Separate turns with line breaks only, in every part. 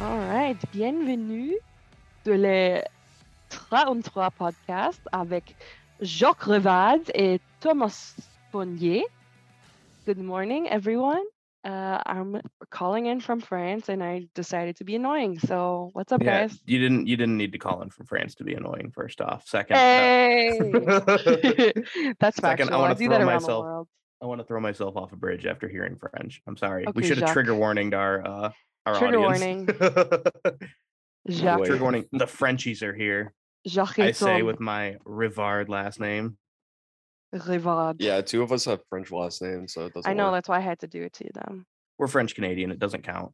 êtes bienvenue de le 33 podcast avec Jacques Revade et Thomas Bonnier. Good morning, everyone. Uh, I'm calling in from France and I decided to be annoying. So, what's up,
Yeah,
guys?
you didn't you didn't need to call in from France to be annoying. First off, second, uh,
Hey! That's
Second, I
factual. I,
wanna
do that
throw
around
myself-
the world.
I want to throw myself off a bridge after hearing French. I'm sorry. we
Okay,
should have
Jacques.
trigger warninged our uh, our
Trigger
audience.
Jacques,
trigger warning. The Frenchies are here.
Jacques
I say
Tom
with my Rivard last name.
Rivard.
Yeah, two of us have French last names, so it doesn't.
I know
work.
that's why I had to do it to them.
We're French Canadian. It doesn't count.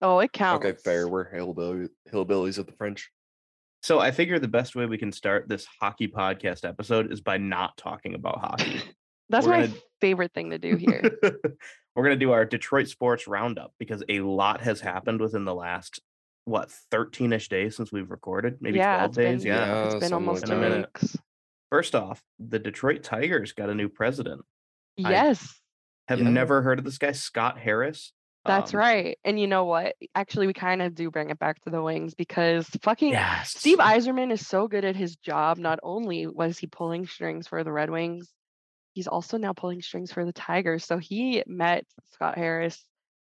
Oh, it counts.
Okay, fair. We're hillbilly, hillbillies of the French.
So I figure the best way we can start this hockey podcast episode is by not talking about hockey.
That's
We're
my
gonna-
favorite thing to do here.
We're going to do our Detroit sports roundup because a lot has happened within the last what 13ish days since we've recorded, maybe
yeah,
12
it's been,
days, yeah.
yeah.
it's been
something
almost
like
two
that. In a minute.
weeks.
First off, the Detroit Tigers got a new president. I-
Yes,
Have
Yeah.
never heard of this guy Scott Harris.
that's
Um,
right. And you know what? Actually, we kind of do bring it back to the wings because fucking
Yes.
Steve Eiserman is so good at his job. Not only was he pulling strings for the Red Wings, he's also now pulling strings for the Tigers. So he met Scott Harris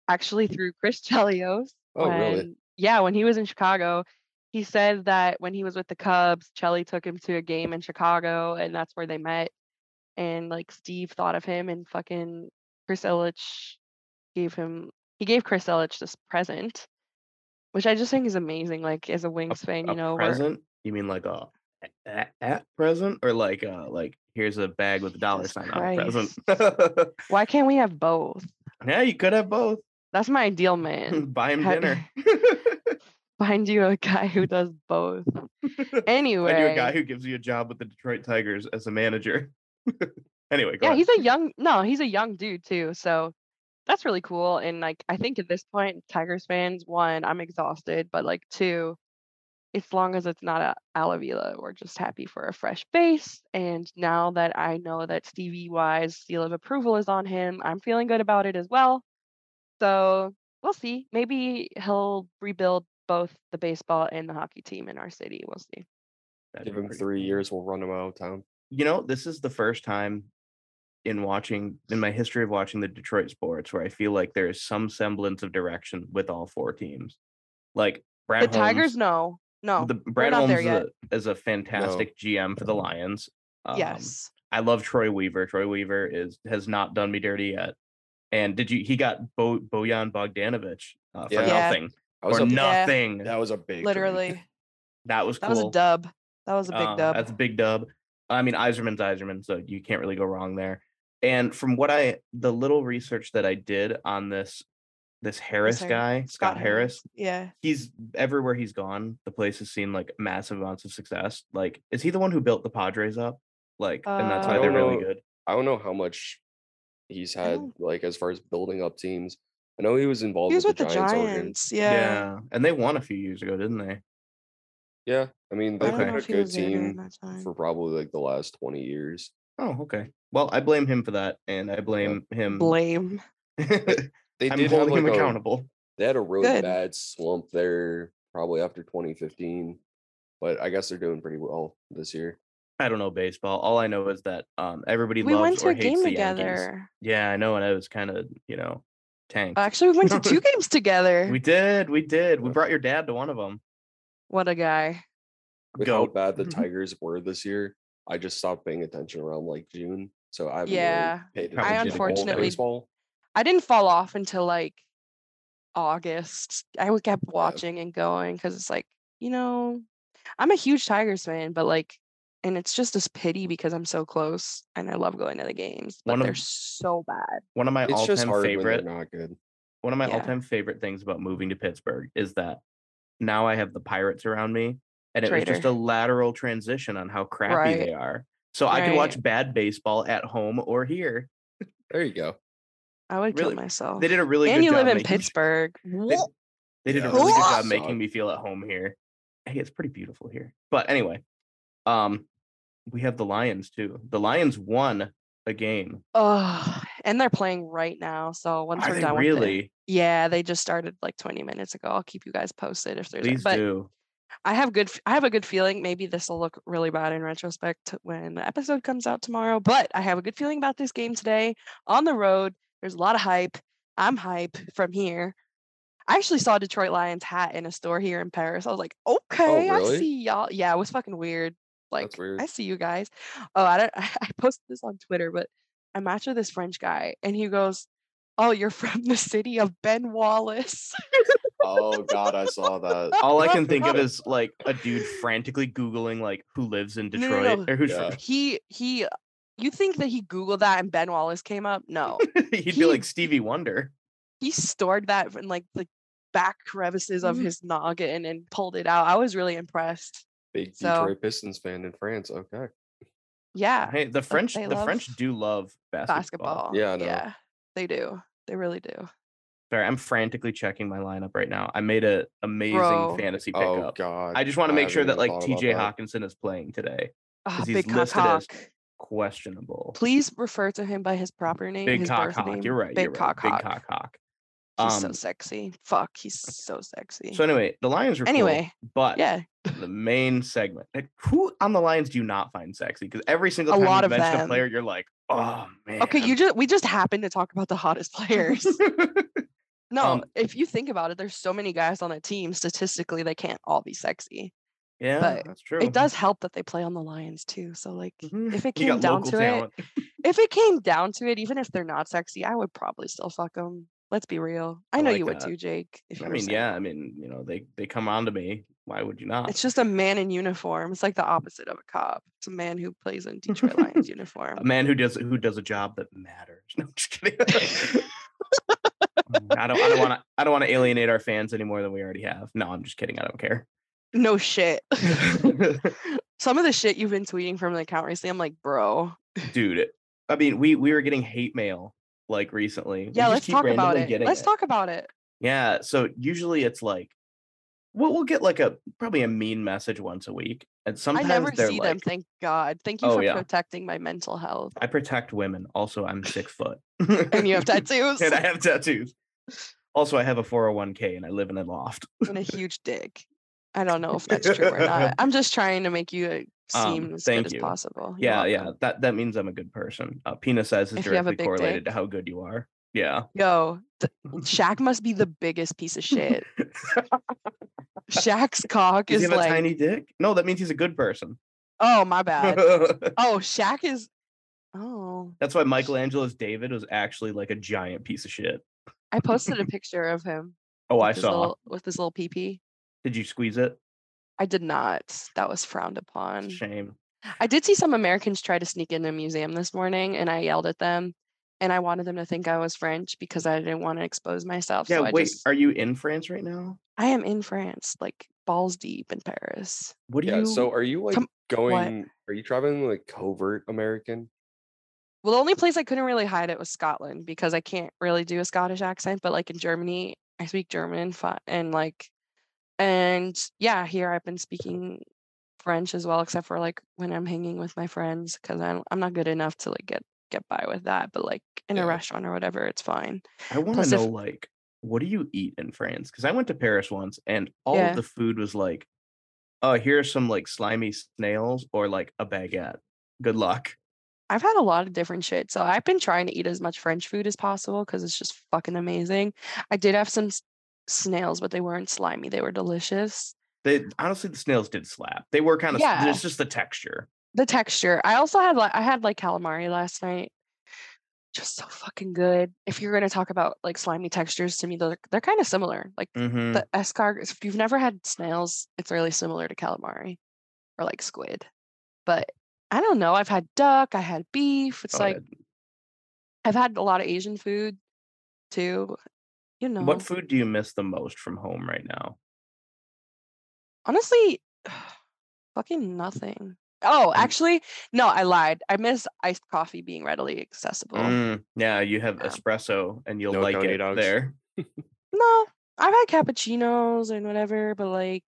actually through Chris Chelios.
Oh, really?
Yeah, when he was in Chicago, he said that when he was with the Cubs, Chelly took him to a game in Chicago, and that's where they met. And like Steve thought of him, and fucking Chris Illich gave him. He gave Chris Illich this present, which I just think is amazing. Like as a Wings fan, you
a
know, we're-
present? You mean like a at, at present or like uh like here's a bag with a dollar
Jesus
sign on it present?
Why can't we have both?
yeah, you could have both.
That's my ideal man.
Buy him
Have-
dinner.
Find you a guy who does both. Anyway,
I knew a guy who gives you a job with the Detroit Tigers as a manager. anyway, go
yeah,
ahead.
he's a young no, he's a young dude too. So that's really cool. And like I think at this point, Tigers fans, one, I'm exhausted, but like two, as long as it's not a Alavila, we're just happy for a fresh base. And now that I know that Stevie Y's seal of approval is on him, I'm feeling good about it as well. So we'll see. Maybe he'll rebuild both the baseball and the hockey team in our city. We'll see.
That'd
Give
be
him
pretty
three
cool.
years, we'll run him out of town.
You know, this is the first time in watching in my history of watching the Detroit sports where I feel like there is some semblance of direction with all four teams. Like Brad
the Tigers,
Holmes-
no. No.
the Brad
not
Holmes
there
is a, is a fantastic GM for the Lions. Um,
yes.
I love Troy Weaver. Troy Weaver is has not done me dirty yet. And did you? He got Bo, Bojan Bogdanovic uh, for
Yeah.
Yeah.
nothing
That was,
or
a,
no-
nothing.
that was a big. trade.
Literally.
That was
That
cool.
was a dub. That was a big
Uh,
dub.
That's a big dub. I mean, Iserman's Iserman, so you can't really go wrong there. And from what I, the little research that I did on this, this Harris
Harris-
guy, Scott, Harris,
Yeah.
he's everywhere he's gone. The place has seen like massive amounts of success. Like, is he the one who built the Padres up? Like, and that's
Uh,
why
I
they're
don't
really
know.
good.
I don't know how much he's had,
don't-
like as far as building up teams. I know he was involved
He was
with,
with the
Giants. organ.
Giants. Yeah.
and they won a few years ago, didn't they?
Yeah, I mean
I
they've
don't
been
know
a
if he
good
was there during
team
that time.
for probably like the last twenty years.
Oh, okay. Well, I blame him for that, and I blame him.
Blame.
I'm
They did have
holding
like
him
a-
accountable.
they had a really
Good.
bad slump there probably after 2015 but i guess they're doing pretty well this year
I don't know baseball. All I know is that um, everybody
We
loves
went to
or
a
hates
game
the Yankees.
together.
Yeah, I know, and I was kind of, you know, tanked.
Actually, we went to two games together.
we did, we did. We
Yeah.
brought your dad to one of them.
What a guy.
with how
Goat.
bad the
Mhm.
Mm-hmm.
tigers were this year i just stopped paying attention around like june so i haven't
Yeah.
really paid
I
attention to
unfortunately-
baseball.
I didn't fall off until like August. I would kept watching and going because it's like, you know, I'm a huge Tigers fan, but like, and it's just this pity because I'm so close and I love going to the games, but
One of-
they're so bad.
One of my
it's just
all-time
hard
favorite.
when they're not good
One of my
Yeah.
all-time favorite things about moving to Pittsburgh is that now I have the Pirates around me, and it was just
Traitor.
a lateral transition on how crappy they are. So I could watch bad baseball at home or here.
there you go
I would
Really?
kill myself.
They did a really
and
good
you
job
live in
making-
Pittsburgh.
They,
What?
they did a
Yeah,
really good
that
job making
sucked.
me feel at home here. Hey, it's pretty beautiful here. But anyway, um, we have the Lions too. The Lions won a game
Oh, and they're playing right now. So once
Are
we're
they
done with it,
really?
yeah, they just started like 20 minutes ago. I'll keep you guys posted if there's. a-
Please
but
do.
I have good. f- I have a good feeling. Maybe this will look really bad in retrospect when the episode comes out tomorrow. But I have a good feeling about this game today. On the road, there's a lot of hype. I'm hype from here. I actually saw a Detroit Lions hat in a store here in Paris. I was like, okay, I
Oh, really?
see y'all. Yeah, it was fucking weird. Like,
weird.
I see you guys. Oh, I don't. I posted this on Twitter, but I matched with this French guy, and he goes, "Oh, you're from the city of Ben Wallace."
Oh God, I saw that.
All I can think of is like a dude frantically googling like who lives in
No, no,
Detroit or who's from.
he he you think that he googled that and ben wallace came up no
He'd
He-
be like Stevie Wonder.
he stored that in like the back crevices of
Mm-hmm.
Mhm.
his noggin and pulled it out i was really impressed
Big
So-
Detroit Pistons fan in France. Okay.
yeah
Hey, the French,
they
the
love
French do love basketball.
basketball
Yeah, I know.
yeah they do they really do
Sorry, I'm frantically checking my lineup right now. I made a amazing
Bro.
fantasy
Oh
pickup.
God.
I just want to make
haven't
sure that
even
like
thought about
T.J.
that.
Hawkinson is playing today.
Ah,
'Cause he's
big cock
listed as-
hawk
Questionable.
please refer to him by his proper name
Big
his
cock
birth
hawk.
name.
You're right.
big
you're
cock
right.
hawk
Big cock hawk.
he's so
Um,
sexy fuck he's so sexy
So uh, anyway, the Lions were cool,
anyway
but
yeah
the main segment. Like, who on the Lions do you not find sexy? Because every single
A
time
lot
you
of
mention
them.
a player, you're like, oh man.
okay you just we just happened to talk about the hottest players No,
Um,
if you think about it, there's so many guys on the team. Statistically, they can't all be sexy.
yeah,
But
that's true.
It does help that they play on the Lions too. So like,
Mhm.
if it came
You got
down
local
to it-
talent.
if it came down to it, even if they're not sexy, I would probably still fuck them. Let's be real. I,
I
know
like
you would
that.
too, Jake. If you
I
were
mean,
single.
yeah, I mean, you know, they they come on to me. Why would you not?
It's just a man in uniform. It's like the opposite of a cop. It's a man who plays in Detroit Lions uniform.
a man who does who does a job that matters. No, I'm just kidding. Mm, I don't. I don't want to. I don't want to alienate our fans any more than we already have. No, I'm just kidding. I don't care.
No shit. Some of the shit you've been tweeting from the account recently, I'm like, bro,
Dude, it- I mean, we we were getting hate mail like recently. We
yeah,
just
let's
keep
talk about
randomly
it.
getting
Let's talk about it.
Yeah. So usually it's like, we'll we'll get like a probably a mean message once a week, and sometimes
I never
they're
see
like,
them. Thank God. Thank you
Oh,
for
yeah.
protecting my mental health.
I protect women. Also, I'm six foot.
And you have tattoos
and I have tattoos. Also, I have a 401k and I live in a loft.
and a huge dick. I don't know if that's true or not. I'm just trying to make you uh,
Um,
seem as
thank
good as
you.
possible. You're
Yeah, yeah.
welcome.
That that means I'm a good person. Uh, penis size is
If you have a
directly
big
correlated to
dick.
how good you are. Yeah.
Yo, th- Shaq must be the biggest piece of shit. Shaq's cock
Does he
is
have a
like,
tiny dick? No, that means he's a good person.
oh my bad.
That's
Oh, Shaq is. Oh,
why Michelangelo's David was actually like a giant piece of shit.
I posted a picture of him.
Oh,
with
I
his
saw.
little- with his little PP.
Did you squeeze it?
I did not. That was frowned upon.
It's a shame.
I did see some Americans try to sneak into a museum this morning and I yelled at them and I wanted them to think I was French because I didn't want to expose myself.
Yeah.
so I
wait,
just,
are you in France right now?
I am in France, like balls deep in Paris.
What do
Yeah.
you?
So are you like
Come-
going? Are you traveling like covert American?
Well, the only place I couldn't really hide it was Scotland because I can't really do a Scottish accent, but like in Germany, I speak German fi- and like and yeah, here I've been speaking French as well, except for like when I'm hanging with my friends because I'm I'm not good enough to like get get by with that. But like in
Yeah.
a restaurant or whatever, it's fine.
I want
Plus
to
if-
know, like, what do you eat in France? Because I went to Paris once, and all
Yeah.
of the food was like, "Oh, here's some like slimy snails or like a baguette. Good luck."
I've had a lot of different shit. So I've been trying to eat as much French food as possible because it's just fucking amazing. I did have some s- snails, but they weren't slimy. They were delicious.
They honestly, the snails did slap. They were kind of.
Yeah.
It's just the texture.
The texture. I also had like I had like calamari last night. Just so fucking good. If you're gonna talk about like slimy textures to me, they're they're kind of similar. Like
Mhm.
the escargot. If you've never had snails, it's really similar to calamari or like squid. But I don't know. I've had duck. I had beef. It's
Oh,
like I've had a lot of Asian food too. You know,
yeah. What food do you miss the most from home right now?
honestly, fucking nothing. Oh, actually, no, I lied. I miss iced coffee being readily accessible.
Mm, yeah, you have
Yeah.
espresso, and you'll
No
like
Tony
it
Dogs?
there.
No, I've had cappuccinos and whatever, but like,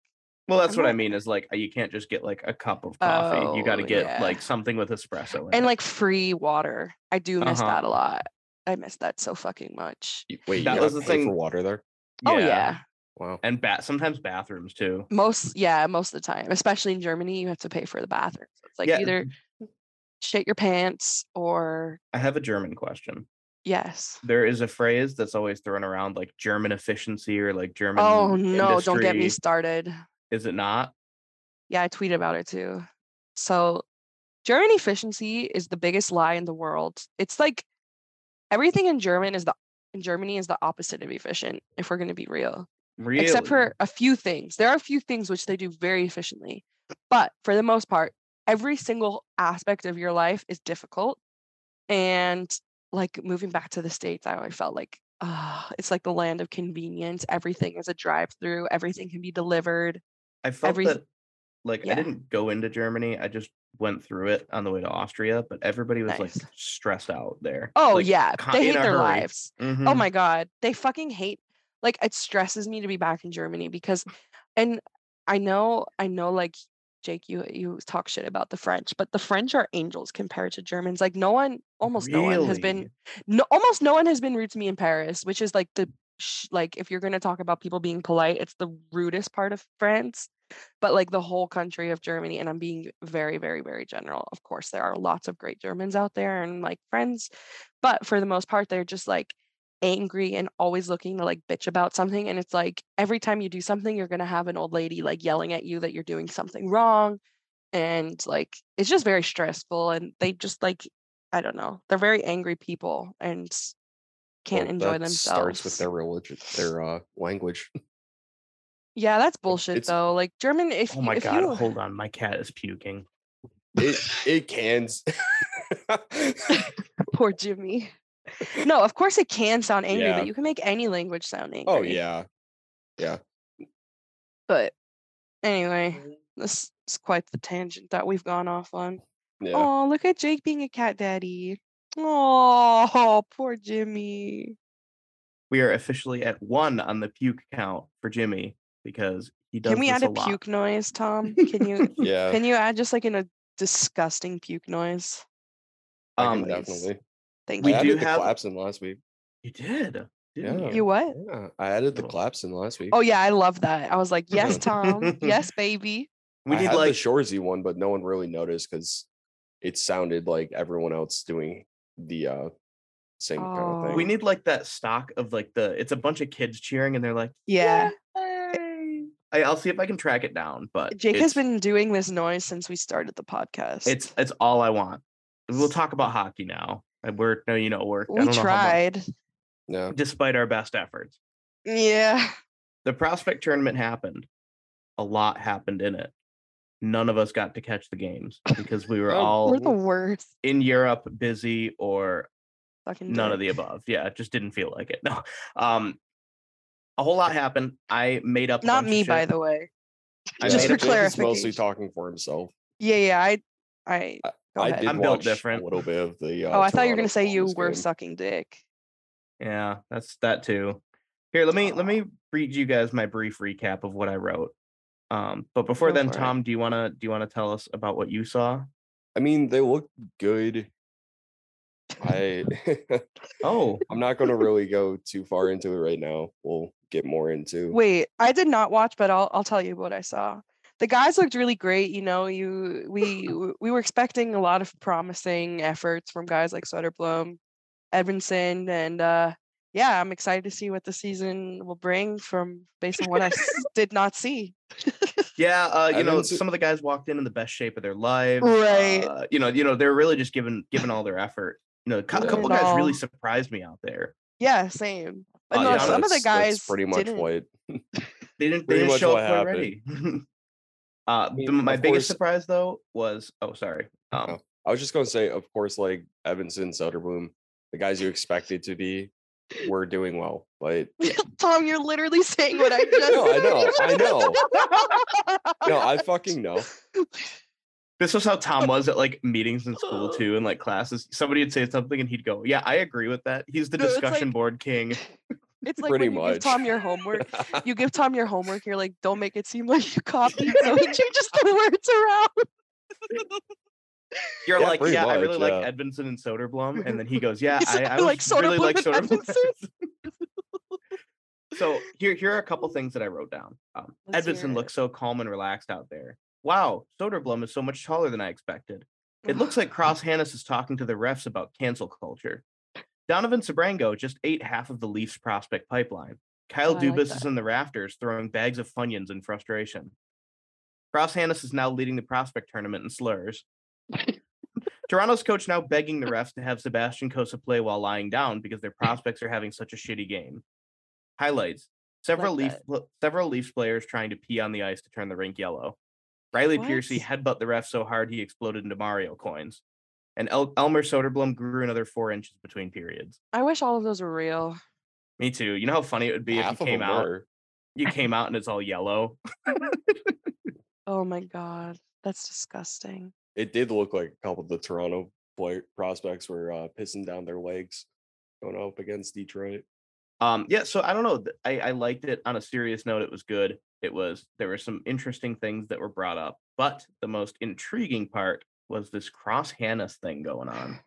Well, that's
I'm
what I
not-
mean. Is like uh, you can't just get like a cup of coffee. you got to
Oh,
get
yeah.
like something with espresso. In
and
it.
like free water. I do miss
Uh-huh.
that a lot. I missed that so fucking much.
You- Wait,
That
you
was
gotta
the
pay
thing-
for water there?
Oh yeah.
Wow.
and bat sometimes bathrooms too.
Most yeah, most of the time. Especially in Germany, you have to pay for the bathroom. So it's like
Yeah.
either shit your pants or
I have a German question.
yes.
There is a phrase that's always thrown around like German efficiency or like German.
oh no, don't get me
industry.
started.
Is it not?
Yeah, I tweeted about it too. So, German efficiency is the biggest lie in the world. It's like everything in German is the in Germany is the opposite of efficient. If we're going to be real,
Really?
except for a few things, there are a few things which they do very efficiently, but for the most part, every single aspect of your life is difficult. And like moving back to the states, I always felt like. ah, it's like the land of convenience. Everything is a drive-through. Everything can be delivered.
I felt
every-
that like I
yeah.
didn't go into Germany. I just went through it on the way to Austria, but everybody was like
Nice.
stressed out there.
Oh
Like,
yeah,
con-
they
in
hate
a
their
hurry.
lives.
mhm.
Oh my god, they fucking hate. Like it stresses me to be back in Germany because, and I know, I know, like Jake, you you talk shit about the French, but the French are angels compared to Germans. Like no one, almost no one has been,
Really?
no, almost no one has been rude to me in Paris, which is like the sh- like if you're gonna talk about people being polite, it's the rudest part of France. But like the whole country of Germany, and I'm being very, very, very general. Of course, there are lots of great Germans out there and like friends, but for the most part, they're just like angry and always looking to like bitch about something. And it's like every time you do something, you're gonna have an old lady like yelling at you that you're doing something wrong. And like it's just very stressful. And they just like, I don't know, they're very angry people and s- can't
Well,
enjoy
that
themselves.
Starts with their religion, their uh, language.
yeah, that's bullshit
it's-
though. Like German, if
Oh
you-
my
if
god,
you,
hold on. My cat is puking.
It it cans.
poor Jimmy. No, of course it can sound angry,
Yeah.
but you can make any language sound angry.
oh yeah.
But anyway, this is quite the tangent that we've gone off on.
Yeah.
Oh, look at Jake being a cat daddy. Oh, poor Jimmy.
We are officially at one on the puke count for Jimmy because he does.
Can we add
this
a
lot. Uh
puke noise, Tom? Can you
Yeah.
can you add just like in a disgusting puke noise?
I can
Um,
definitely.
Thank
We
you.
I
do
added the
have-
claps in last week.
You did. didn't
Yeah.
you?
You what?
Yeah. I added the
Little-
claps in last week.
Oh yeah, I love that. I was like, yes, Tom. yes, baby.
We
I
did
had the
like
Shorzy one, but no one really noticed because it sounded like everyone else doing the uh same kind of
Oh.
thing.
we need like that stock of like the it's a bunch of kids cheering and they're like
Yeah.
"Yay!" I, I'll see if I can track it down. But
Jake has
it's-
been doing this noise since we started the podcast.
It's it's all I want. We'll talk about hockey now. I- We're no, you know, we're I
we
don't know how much,
tried.
yeah.
despite our best efforts.
Yeah.
The prospect tournament happened. A lot happened in it. None of us got to catch the games because we were
Oh,
all
We're the worst.
in Europe, busy, or
Fucking
none of
dick.
the above. Yeah, it just didn't feel like it. No, um, a whole lot happened. I made up. a
Not
bunch of
me,
shit.
by the way.
I
Just
made
for
up-
Jake is mostly
clarification.
talking for himself.
Yeah, yeah. I I
I-
go
I
ahead.
did
I'm built
watch
different.
a little bit of the. Uh,
Oh, I thought you were gonna
Toronto
say you
Columbus
were
game.
sucking dick.
Yeah, that's that too. Here, let me let
Aw.
me read you guys my brief recap of what I wrote. Um, but before
Go
then,
for it.
Tom, do you wanna do you wanna tell us about what you saw?
I mean, they looked good. I
Oh,
I'm not gonna really go too far into it right now. We'll get more into.
Wait, I did not watch, but I'll I'll tell you what I saw. The guys looked really great. You know, you we w- we were expecting a lot of promising efforts from guys like Soderblom, Edmondson, and uh, yeah, I'm excited to see what the season will bring from based on what I s- did not see.
yeah. Uh, you know,
didn't see-
some of the guys walked in in the best shape of their lives.
Right.
Uh, you know, you know, they're really just giving giving all their effort. You know, a cou-
Yeah.
couple guys really
No.
surprised me out there.
Yeah, same. But
Oh,
Uh, no,
yeah,
some of the
Uh, that's-
guys
that's pretty much
didn't.
what.
They didn't. They
Pretty
didn't
much
show
what
up when ready. uh, the-
mean,
my
of
biggest
course-
surprise though was oh sorry. Um,
Oh. I was just gonna say, of course, like Evanson, Soderblom, the guys you expected to be, were doing well, but
Tom, you're literally saying what I just
No, I know,
said.
I know. no, I fucking know.
This was how Tom was at like meetings in school too, and like classes. Somebody would say something, and he'd go, "Yeah, I agree with that. He's the
No, it's
discussion
like-
board king."
It's like
Pretty
when you give
much.
Tom your homework. You give Tom your homework. You're like, don't make it seem like you copied. So he changes the words around.
You're
Yeah,
like,
pretty
yeah, I
much,
really
yeah.
like Edvinson and Soderblom, and then he goes, yeah,
He's
I,
like,
I
"I like
was really like
Soderblom and
Soderblom. so here, here are a couple things that I wrote down. Um,
Let's hear
Edvinson
it.
looks so calm and relaxed out there. Wow, Soderblom is so much taller than I expected. It looks like Cross Hannes is talking to the refs about cancel culture. Donovan Sabrango just ate half of the Leafs prospect pipeline. Kyle
Oh, I like
Dubas is
that.
in the rafters throwing bags of Funyuns in frustration. Cross Hannes is now leading the prospect tournament in slurs. Toronto's coach now begging the refs to have Sebastian Kosa play while lying down because their prospects are having such a shitty game. Highlights: several
Like
Leaf pl- several Leafs players trying to pee on the ice to turn the rink yellow. Riley Piercy
What?
headbutt the ref so hard he exploded into Mario coins, and El- Elmer Soderblom grew another four inches between periods.
I wish all of those were real.
Me too. You know how funny it would be if
Half
you
of
came
them
out,
were.
you came out and it's all yellow.
Oh my god, that's disgusting.
It did look like a couple of the Toronto play- prospects were uh, pissing down their legs going up against Detroit.
Um, yeah, so I don't know. th- I, I liked it on a serious note. It was good. It was there were some interesting things that were brought up, but the most intriguing part was this cross Hannes thing going on.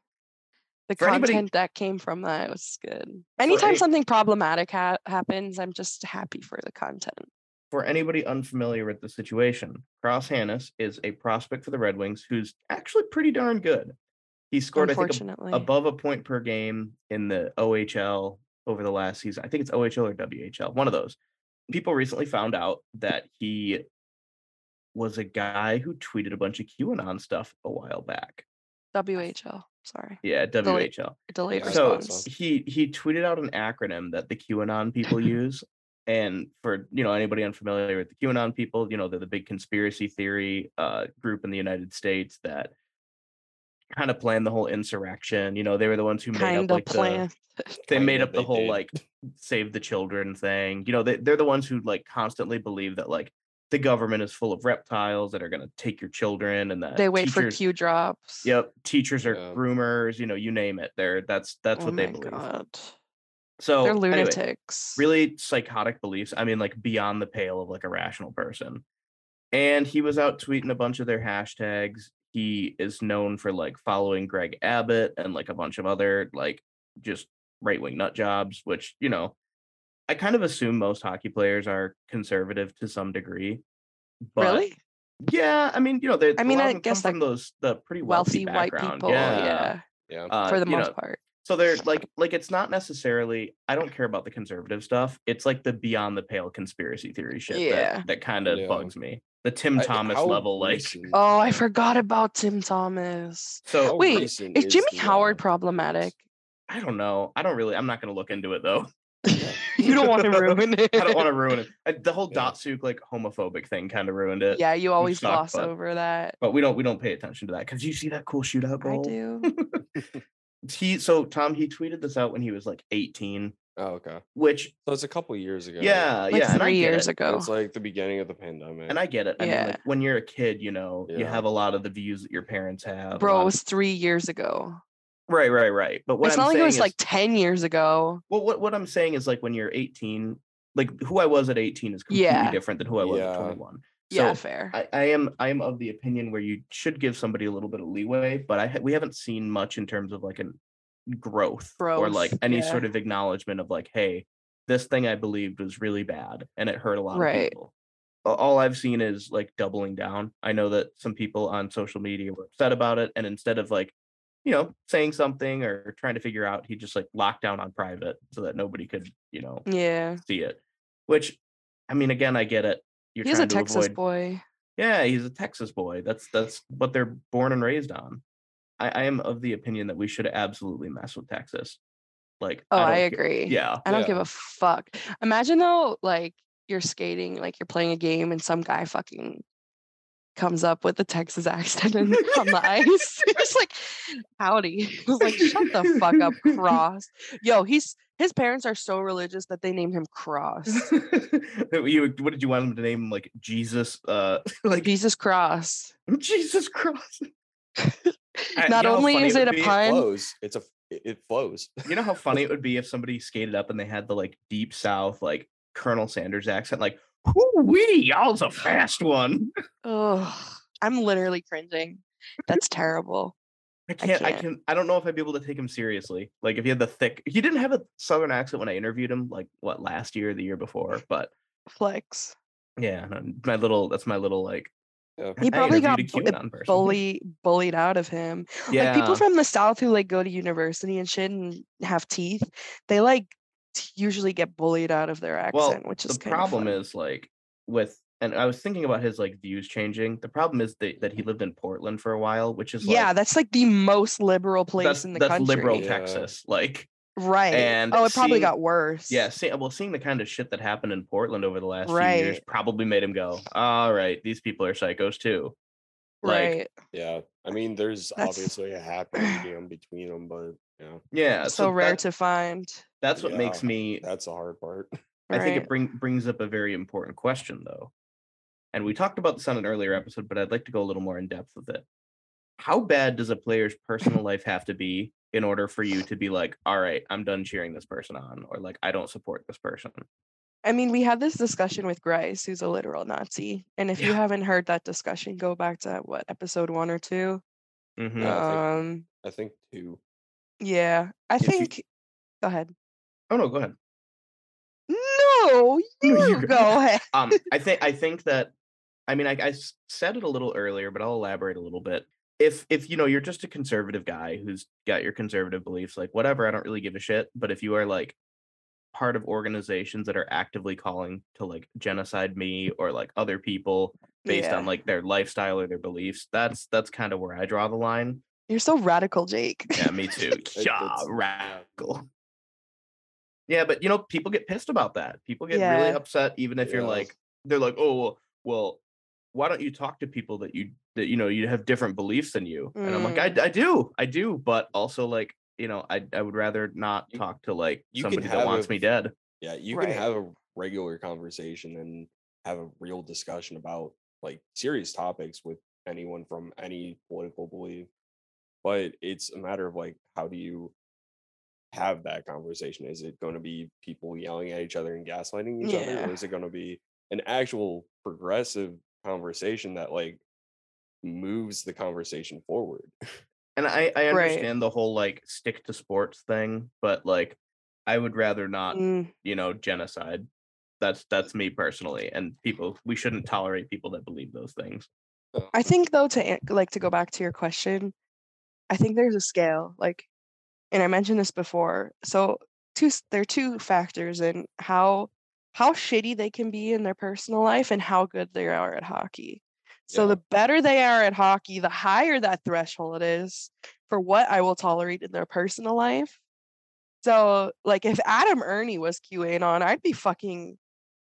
The
For
content
anybody-
that came from that was good. Anytime
any-
something problematic ha- happens, I'm just happy for the content.
For anybody unfamiliar with the situation, Cross Hannes is a prospect for the Red Wings who's actually pretty darn good. He scored, I think, ab-
unfortunately,
above a point per game in the OHL over the last season. I think it's OHL or WHL, one of those. People recently found out that he was a guy who tweeted a bunch of QAnon stuff a while back.
WHL. Sorry,
Yeah,
Delete-
WHL.
delayed
Yeah, I
So
thought
response.
so.
he he tweeted out an acronym that the QAnon people use. And for you know anybody unfamiliar with the QAnon people, you know they're the big conspiracy theory uh, group in the United States that kind of planned the whole insurrection. You know they were the ones who made
Kind
up
of
like the
plan.
they
Kinda,
made up the
they
whole
did.
like save the children thing. You know, they, they're the ones who like constantly believe that like the government is full of reptiles that are going to take your children and that
they wait for
uh, teachers,
Q drops.
Yep, teachers are
Yeah.
groomers. You know, you name it. They're that's that's
Oh
what they
my
believe.
God.
So
They're
anyway,
lunatics.
really psychotic beliefs. I mean, like beyond the pale of like a rational person. And he was out tweeting a bunch of their hashtags. He is known for like following Greg Abbott and like a bunch of other like just right wing nut jobs, which, you know, I kind of assume most hockey players are conservative to some degree. But
really?
Yeah. I mean, you know, they
I mean, I guess,
guess come
like,
from those the pretty
Wealthy
wealthy,
white
background.
people.
Yeah.
Yeah,
Yeah.
Uh,
for the
you
most
know,
part.
so they're like like it's not necessarily I don't care about the conservative stuff. It's like the beyond the pale conspiracy theory shit
Yeah.
that, that kind of
Yeah.
bugs me. The Tim
I- eh,
Thomas
how
level, like
recent-
Oh, I forgot about Tim Thomas.
how
so
wait,
recent
Is Jimmy
the, uh,
Howard problematic?
I don't know. I don't really I'm not gonna look into it though.
you don't want to ruin it.
I don't want to ruin it. I- the whole
Yeah.
Dotsuk like homophobic thing kind of ruined it.
Yeah, you always
suck,
gloss
but-
over that.
But we don't we don't pay attention to that because you see that cool shootout
I
goal.
do.
He so Tom he tweeted this out when he was like 18,
Oh, okay.
which
So it's a couple years ago.
yeah,
Like
yeah, and I
three
get
years
it.
ago.
It's like the beginning of the pandemic.
And I get it. I mean,
Yeah.
like when you're a kid, you know, you
Yeah.
have a lot of the views that your parents have. a
Bro,
lot
it
of-
was three years ago.
right, right, right. But what
it's
I'm
not like
saying
it was
is,
like 10 years ago.
well, what, what I'm saying is like when you're 18, like who I was at 18 is completely
Yeah.
different than who I was
Yeah.
at 21.
yeah,
So
fair.
I, I am I am of the opinion where you should give somebody a little bit of leeway, but I ha- we haven't seen much in terms of like an growth, or like
Growth,
any
yeah.
sort of acknowledgement of like, hey, this thing I believed was really bad and it hurt a lot
Right.
of people. A- All I've seen is like doubling down. I know that some people on social media were upset about it, and instead of like, you know, saying something or trying to figure out, he just like locked down on private so that nobody could, you know,
yeah.
see it. Which, I mean, again, I get it. You're
He's a
trying to
Texas
avoid
boy.
yeah, he's a Texas boy. That's that's what they're born and raised on. I, I am of the opinion that we should absolutely mess with Texas. Like,
Oh, I,
don't ca-
agree.
Yeah,
I don't
Yeah.
give a fuck. Imagine though, like you're skating, like you're playing a game, and some guy fucking comes up with a Texas accent and on the ice. It's like, howdy. It was like, shut the fuck up, Cross. Yo, he's his parents are so religious that they named him Cross.
you what did you want him to name him? Like Jesus? Uh, like
Jesus Cross.
Jesus Christ. I-
Not
you know how
only
funny
is it
it would
a
be?
it
pun,
flows. It's a it it flows.
You know how funny it would be if somebody skated up and they had the like deep South like Colonel Sanders accent, like "Whoo wee, y'all's a fast one."
Oh, I'm literally cringing. That's terrible.
I can't, I
can't.
can I don't know if I'd be able to take him seriously. Like if he had the thick he didn't have a southern accent when I interviewed him, like what last year, or the year before, but
Flex.
yeah, no, my little that's my little like
Yeah.
He
I
probably got
interviewed
bu-
a QAnon person.
bully bullied out of him.
Yeah.
Like people from the South who like go to university and shit and have teeth, they like t- usually get bullied out of their accent,
Well,
which is
the problem is like with and I was thinking about his like views changing. The problem is that, that he lived in Portland for a while, which is like
yeah, that's like the most liberal place
that's,
in the
that's
country.
liberal
Yeah.
Texas. Like
Right.
and
oh, it probably
seeing-
got worse.
Yeah, see, well, seeing the kind of shit that happened in Portland over the last few years
Right.
probably made him go, "All right, these people are psychos too." Like,
Right.
Yeah. I mean, there's
That's-
obviously a happy medium between them, but yeah,
yeah,
so, rare
uh, that-
to find.
That's what makes
Yeah.
me.
that's the hard part.
I think it
Right.
bring, brings up a very important question, though, and we talked about this on an earlier episode, but I'd like to go a little more in depth with it. How bad does a player's personal life have to be in order for you to be like, "All right, I'm done cheering this person on," or like, "I don't support this person"?
I mean, we had this discussion with Grice, who's a literal Nazi. And if you
Yeah.
haven't heard that discussion, go back to what episode one or two.
Mhm.
Yeah, I think-
Um,
I think too.
yeah, I
If you-
think. Go ahead.
Oh no, go ahead.
No,
No,
you
you go.
go ahead.
um i think i think that i mean I, I s- said it a little earlier but i'll elaborate a little bit if if you know you're just a conservative guy who's got your conservative beliefs like whatever i don't really give a shit but if you are like part of organizations that are actively calling to like genocide me or like other people based
Yeah.
on like their lifestyle or their beliefs that's that's kind of where i draw the line
You're so radical, Jake.
yeah me too
It-
yeah
it's- yeah.
radical yeah but you know people get pissed about that people get really
Yeah.
upset even if you're
Yeah.
like they're like, oh well, well, why don't you talk to people that you that you know you have different beliefs than you? And I'm like,
Mm.
I, I do, I do, but also like you know, I I would rather not
You-
talk to like
you can
somebody that
have
wants
a-
me dead.
Yeah, you
Right.
can have a regular conversation and have a real discussion about like serious topics with anyone from any political belief. But it's a matter of like, how do you have that conversation? Is it going to be people yelling at each other and gaslighting each other?
Yeah.
Or is it going to be an actual progressive conversation that like moves the conversation forward?
And I
Right.
I understand the whole like stick to sports thing, but like I would rather not
Mm,
you know genocide. That's that's me personally, and people we shouldn't tolerate people that believe those things.
I think though to an- like to go back to your question, I think there's a scale like, and I mentioned this before. So two s- there are two factors in how how shitty they can be in their personal life and how good they are at hockey. So
Yeah.
the better they are at hockey, the higher that threshold is for what I will tolerate in their personal life. So like if Adam Ernie was QAnon, I'd be fucking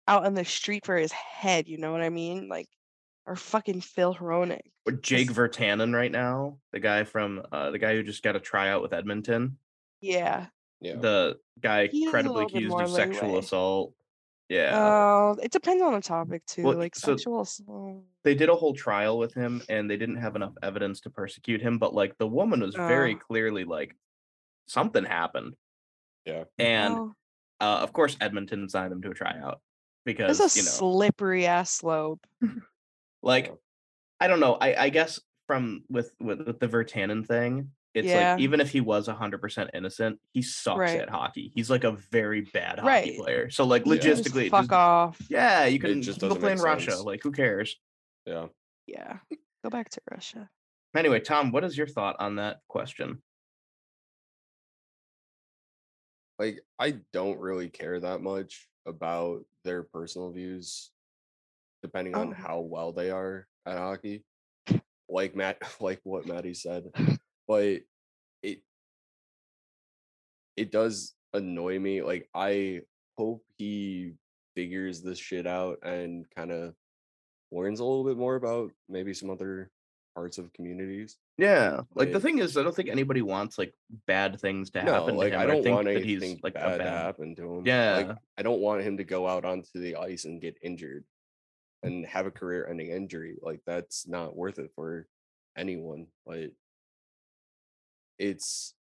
out on the street for his head, you know what I mean? Like or fucking Phil Hronik.
Or Jake
Yes.
Vertanen right now, the guy from uh, the guy who just got a tryout with Edmonton.
Yeah.
Yeah.
the guy
He has a
credibly
little bit
accused
more
of sexual
leeway.
assault. Yeah.
Uh, it depends on the topic too,
Well,
like
so-
sexual assault.
they did a whole trial with him and they didn't have enough evidence to persecute him, but like the woman was very
Oh.
clearly like something happened.
Yeah.
And
Well,
uh, of course Edmonton signed him to a tryout because
it's a
you know
slippery ass slope.
like
Yeah.
I don't know. I, I guess from with, with with the Vertanen thing, it's
Yeah.
like even if he was hundred percent innocent, he sucks
Right.
at hockey. He's like a very bad hockey
Right.
player. So like
You can just
logistically, it
fuck
just-
off.
yeah, you can just
just
go
doesn't
play in
make
Russia.
sense.
Like who cares?
Yeah.
Yeah. Go back to Russia.
Anyway, Tom, what is your thought on that question?
like I don't really care that much about their personal views, depending on
Oh.
how well they are at hockey. Like Matt, like what Maddie said, but it it does annoy me. Like I hope he figures this shit out and kind of learns a little bit more about maybe some other parts of communities.
Yeah, like the
It-
thing is, I don't think anybody wants like bad things to happen.
No,
to
like
him
I
or
don't
think
want
that
anything
he's like
bad,
a
to
bad.
happen to him.
Yeah.
like, I don't want him to go out onto the ice and get injured and have a career-ending injury. Like that's not worth it for anyone. But it's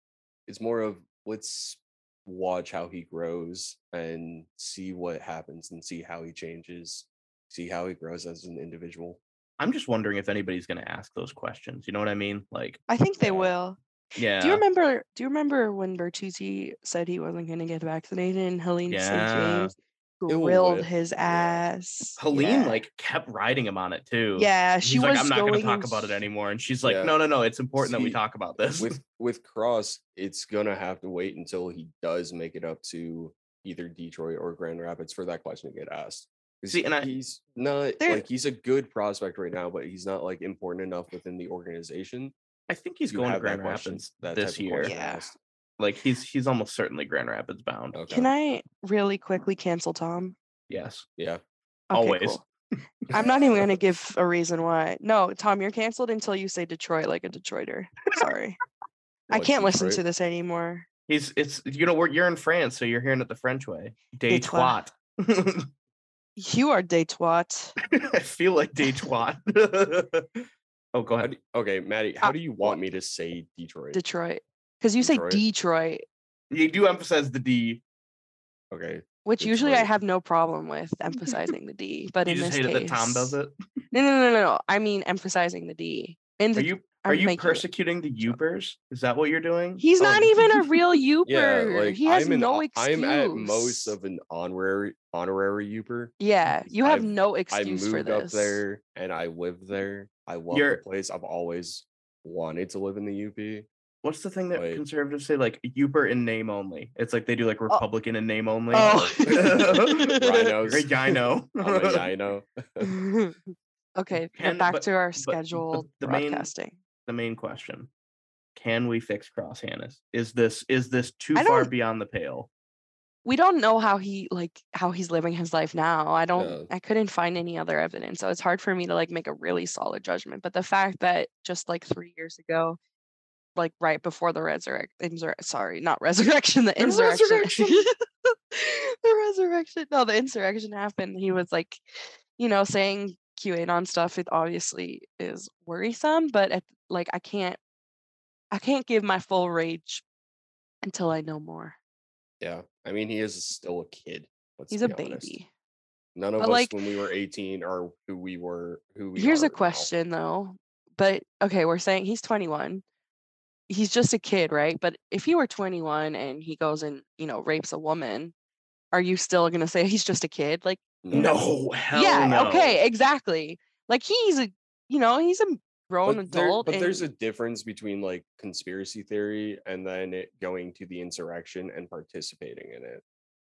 it's more of let's watch how he grows and see what happens and see how he changes, see how he grows as an individual.
I'm just wondering if anybody's going to ask those questions. You know what I mean? Like,
I think
Yeah.
they will.
yeah,
Do you remember? Do you remember when Bertuzzi said he wasn't going to get vaccinated, and Helene St.
Yeah.
James
Ew,
grilled
it-
his
yeah.
ass?
Helene
Yeah.
like kept riding him on it too.
yeah,
She's
she was
like, I'm not going
going
to talk about it anymore, and she's like,
Yeah.
No, no, no, it's important that we
See,
talk about this.
with with Cross, it's gonna have to wait until he does make it up to either Detroit or Grand Rapids for that question to get asked. 'Cause
See, and I-
he's not
There-
like he's a good prospect right now, but he's not like important enough within the organization.
I think he's
to
going to
have that
Grand
question-
Rapids
that type
this
of
year.
question
Yeah.
asked.
Like he's he's almost certainly Grand Rapids bound.
Okay.
Can I really quickly cancel Tom?
Yes.
Yeah.
Always.
I'm not even going to give a reason why. No, Tom, you're canceled until you say Detroit like a Detroiter. Sorry. I
What,
can't listen to
Detroit?
this anymore.
He's it's you know we're you're in France, so you're hearing it the French way. Day
Des trois.
twat.
You are day twat.
I feel like day twat. oh, go
How
ahead.
do- okay, Maddie, how
Uh,
do you want me to say Detroit?
Detroit. Because you say
Detroit.
Detroit,
You do emphasize the D.
okay.
which usually I
Detroit.
have no problem with emphasizing the D. But
You
in
just
this
hate
case,
it that Tom does it.
No, no, no, no, no. I mean emphasizing the D. In the,
Are you
I'm
are you
making it-
persecuting the Upers? Is that what you're doing?
He's
Oh,
not even a real Uper.
Yeah, like
he has
I'm an
no
o-
excuse.
I'm at most of an honorary honorary Uper.
Yeah, you have
I've-
no
I
excuse for
moved
this.
up there and I live there. I love
You're-
the place. I've always wanted to live in the UP.
What's the thing that
Wait.
conservatives say? Like Uper in name only. It's like they do like Republican in name only.
Oh.
Rhinos.
Great guy, no.
I'm a Yino.
okay,
Ken,
but back
but-
to our
but- but
scheduled
the main-
broadcasting.
the main question. Can we fix Cross Hannes? Is this is this too
I
far
don't-
beyond the pale?
We don't know how he like how he's living his life now. I don't.
No.
I couldn't find any other evidence, so it's hard for me to like make a really solid judgment. But the fact that just like three years ago, like right before the resurrection, sorry, not resurrection, the
The
insurrection,
resurrection.
the resurrection, no, the insurrection happened. He was like, you know, saying QAnon stuff. It obviously is worrisome, but at, like I can't, I can't give my full rage until I know more.
Yeah. I mean, he is still a kid. Let's
He's a
be honest.
baby.
None of
But,
us
like-
when we were 18 are who we were. Who we
Here's
are
a
now.
question though. But okay, we're saying he's 21. He's just a kid, right? But if he were 21 and he goes and, you know, rapes a woman, are you still going to say he's just a kid? Like,
No, hell
yeah,
no.
okay, exactly. Like he's a, you know, he's a grown
But, there-
adult.
but there's a
and-
difference between like conspiracy theory and then it going to the insurrection and participating in it.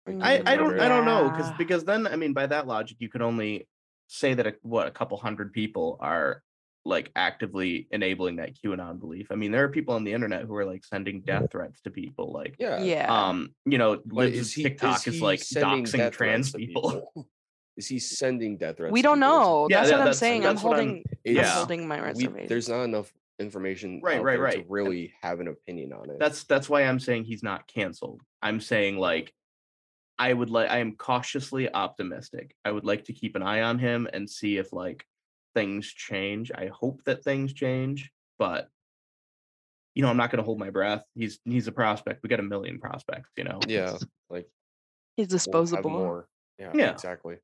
Like,
I,
you
I don't I don't know because
mm, Yeah.
because then I mean by that logic you can only say that a, what a couple hundred people are like actively enabling that QAnon belief. I mean there are people on the internet who are like sending death threats to people like
Yeah.
yeah.
um you know
But
lives
is he-
TikTok is
he
like
sending
doxing
death
trans
threats to
people.
Is he sending death threats?
we
to
don't
people? Is he-
know.
Yeah,
that's
yeah,
what I'm
that's-
saying. I'm
that's what I'm-
holding, I'm
Yeah.
It's-
holding my
we-
reservation.
there's not enough information
Right,
out
right,
there
right.
to
And-
really have an opinion on it
that's that's why I'm saying he's not canceled. I'm saying like I would like I am cautiously optimistic. I would like to keep an eye on him and see if like things change. I hope that things change, but you know, I'm not going to hold my breath. He's he's a prospect. We got a million prospects, you know.
yeah like
he's
we'll have
disposable.
more yeah,
Yeah.
exactly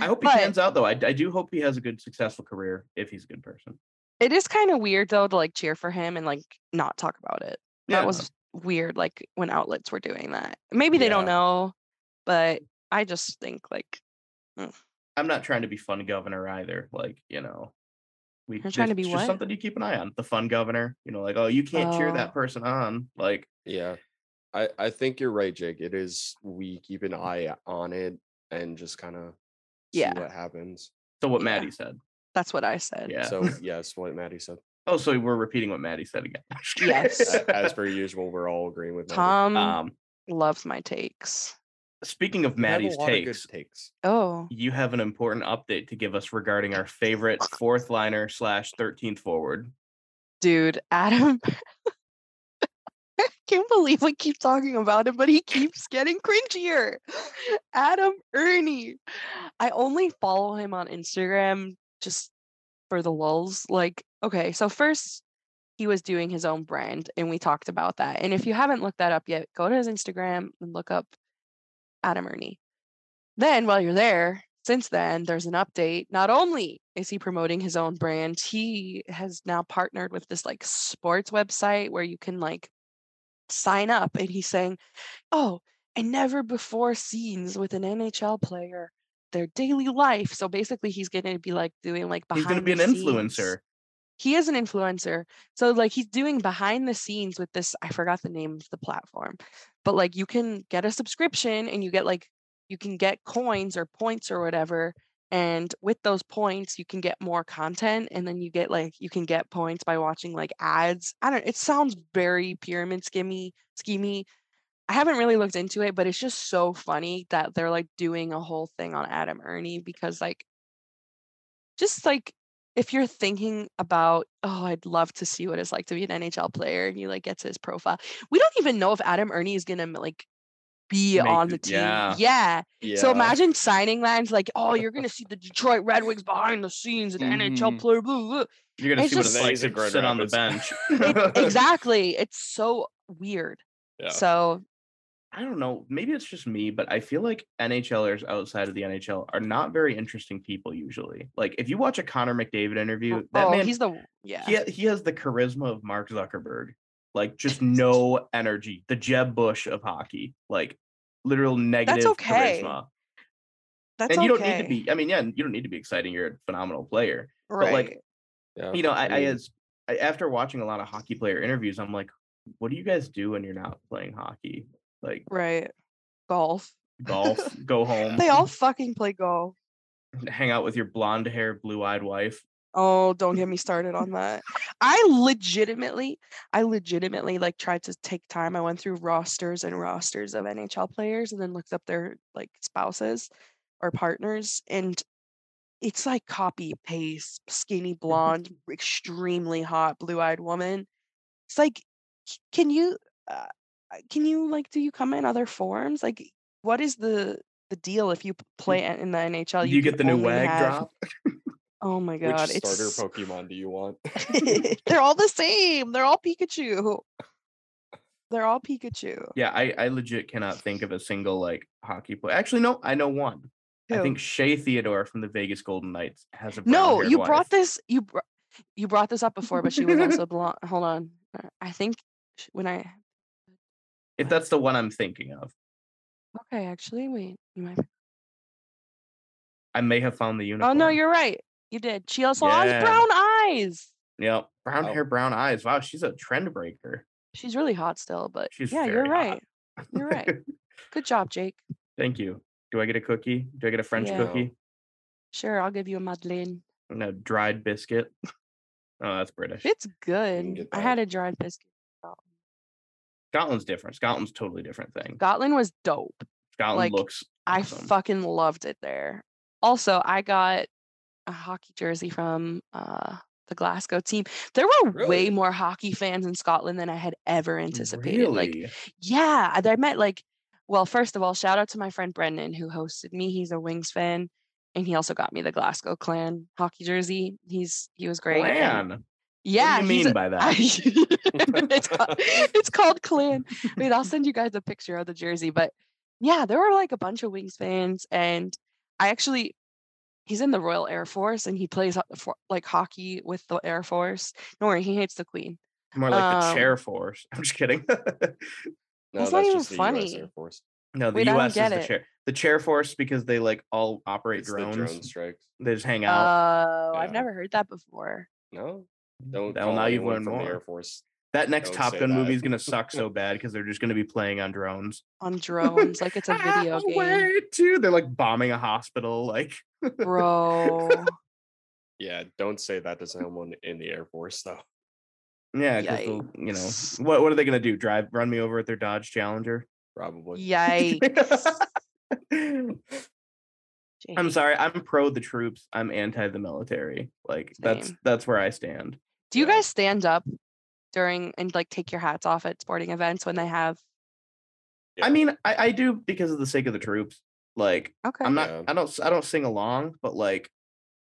I hope he
But-
pans out though. I, I do hope he has a good successful career if he's a good person.
it is kind of weird though to like cheer for him and like not talk about it.
Yeah.
That was weird, like when outlets were doing that. Maybe they don't
Yeah.
know, but I just think like
I'm not trying to be fun governor either. Like, you know, we
You're trying to
it's
be
just
what?
something you keep an eye on. The fun governor, you know, like, oh, you can't cheer
Oh.
that person on. Like,
yeah i i think you're right jake it is we keep an eye on it and just kind of
Yeah.
see what happens
so what
Yeah.
Maddie said.
that's what I said.
Yeah.
so yes what maddie said
oh, so we're repeating what Maddie said again.
Yes. Mm-hmm.
A- as per usual we're all agreeing with Maddie.
Tom
um,
loves my takes.
speaking of
You have a
Maddie's
lot of good
takes,
takes
Oh,
you have an important update to give us regarding our favorite fourth liner slash thirteenth forward.
dude, Adam. I can't believe we keep talking about him, but he keeps getting cringier. Adam Ernie. I only follow him on Instagram just for the lulls. Like, okay, so first he was doing his own brand, and we talked about that. And if you haven't looked that up yet, go to his Instagram and look up Adam Ernie. Then while you're there, Since then, there's an update. Not only is he promoting his own brand, he has now partnered with this like sports website where you can like sign up. And he's saying, Oh, and never before scenes with an NHL player, their daily life. So basically, he's going to be like doing like behind
He's going to be an
the scenes
influencer.
he is an influencer. So like he's doing behind the scenes with this I forgot the name of the platform. But like you can get a subscription and you get like you can get coins or points or whatever and with those points you can get more content and then you get like you can get points by watching like ads. I don't it sounds very pyramid skimmy schemy. I haven't really looked into it, but it's just so funny that they're like doing a whole thing on Adam Ernie because like just like if you're thinking about oh i'd love to see what it's like to be an nhl player and you like get to his profile we don't even know if adam ernie is gonna like be
Make
on
it-
the team
yeah.
yeah.
Yeah.
so imagine signing that and it's like oh you're gonna see the detroit red wings behind the scenes and nhl
Mhm.
player blah, blah,
You're going to
It's
see what
just-
it's like
Amazing
to
Grand
sit on the
Rapids.
bench.
blah. It- exactly it's so weird
Yeah.
so
I don't know. Maybe it's just me, but I feel like NHLers outside of the NHL are not very interesting people usually. Like if you watch a Connor McDavid interview, that
oh
man
he's the yeah
he, ha- he has the charisma of Mark Zuckerberg. Like just no energy. The Jeb Bush of hockey. Like literal negative
okay.
charisma.
that's
and you
okay
don't need to be I mean, yeah, you don't need to be exciting. You're a phenomenal player.
right
like,
Yeah.
You know, I, I
mean,
as I, after watching a lot of hockey player interviews, I'm like, what do you guys do when you're not playing hockey? Like
right golf
golf, go home.
they all fucking play golf
hang out with your blonde hair, blue eyed wife.
Oh, don't get me started on that. I legitimately, I legitimately like tried to take time. I went through rosters and rosters of NHL players and then looked up their like spouses or partners. And it's like copy paste, skinny
Mm-hmm.
blonde, extremely hot, blue eyed woman. It's like, c- can you, uh, uh, can you like, do you come in other forms? Like, what is the, the deal if you p- play in in the NHL?
Do you
can
get the new
only
wag
have-
drop?
Oh my
which
God.
starter
it's
Pokemon do you want?
They're all the same. They're all Pikachu. They're all Pikachu.
Yeah, I, I legit cannot think of a single like hockey player. Actually, no, I know one. I
Who?
think Shea Theodore from the Vegas Golden Knights has a
no,
brown-haired
you brought
wife.
this. You br- you brought this up before, but she was also blonde. Hold on, Uh, I think sh- when I
If that's the one I'm thinking of,
okay, actually, wait, you might.
I may have found the unicorn.
Oh no, you're right. You did. She also
Yeah.
has brown eyes.
Yep, brown
Oh.
hair, brown eyes. Wow, she's a trend breaker.
She's really hot still, but
She's
yeah, you're
very hot.
right. You're right. Good job, Jake.
Thank you. Do I get a cookie? Do I get a French
Yeah.
cookie?
Sure, I'll give you a Madeleine.
And a dried biscuit? Oh, that's British.
It's good.
get
I
that.
had a dried biscuit.
Scotland's different. Scotland's totally different thing.
Scotland was dope.
Scotland
like,
looks
I
awesome.
fucking loved it there. Also, I got a hockey jersey from uh, the Glasgow team. There were way
Really?
more hockey fans in Scotland than I had ever anticipated. Like,
Really?
yeah, I I met like, well, first of all, shout out to my friend Brendan who hosted me. He's a Wings fan, and he also got me the Glasgow Clan hockey jersey. He's he was great. and-
Clan.
yeah,
what do you
he's
mean
a-
by that?
I- it's, called, it's called Clan. Wait, I'll send you guys a picture of the jersey. But yeah, there were like a bunch of Wings fans, and I actually, he's in the Royal Air Force, and he plays ho- for, like hockey with the Air Force. Don't worry, he hates the Queen.
More like the
Um,
chair force. I'm just kidding.
No,
That's
that's,
not even
just the US
funny.
Air Force.
no, the
Wait, I don't
U.S. is
get
the
it.
chair. The chair force because they like all operate
It's
drones.
the drone strikes.
They just hang
Oh,
out.
I've
Yeah.
never heard that before.
No, don't.
Well,
call
now you've
anyone
learned
from
more.
The Air Force.
that next
don't
Top
say
Gun
that.
movie is gonna suck so bad because they're just gonna be playing on drones. Ah,
On drones, like it's a video game,
Wait, too. They're like bombing a hospital. Like
bro.
Yeah, don't say that to someone in the Air Force though.
yeah, 'cause they'll, you know
Yikes.
what? What are they gonna do? Drive, run me over with their Dodge Challenger?
Probably.
Yikes!
I'm
Jake.
sorry. I'm pro the troops. I'm anti the military. Like that's
Same.
that's where I stand.
Do you
Yeah.
guys stand up during and like take your hats off at sporting events when they have?
I
Yeah.
mean, I, I do because of the sake of the troops. Like
Okay.
I'm not,
Yeah.
I don't, s- I don't sing along, but like,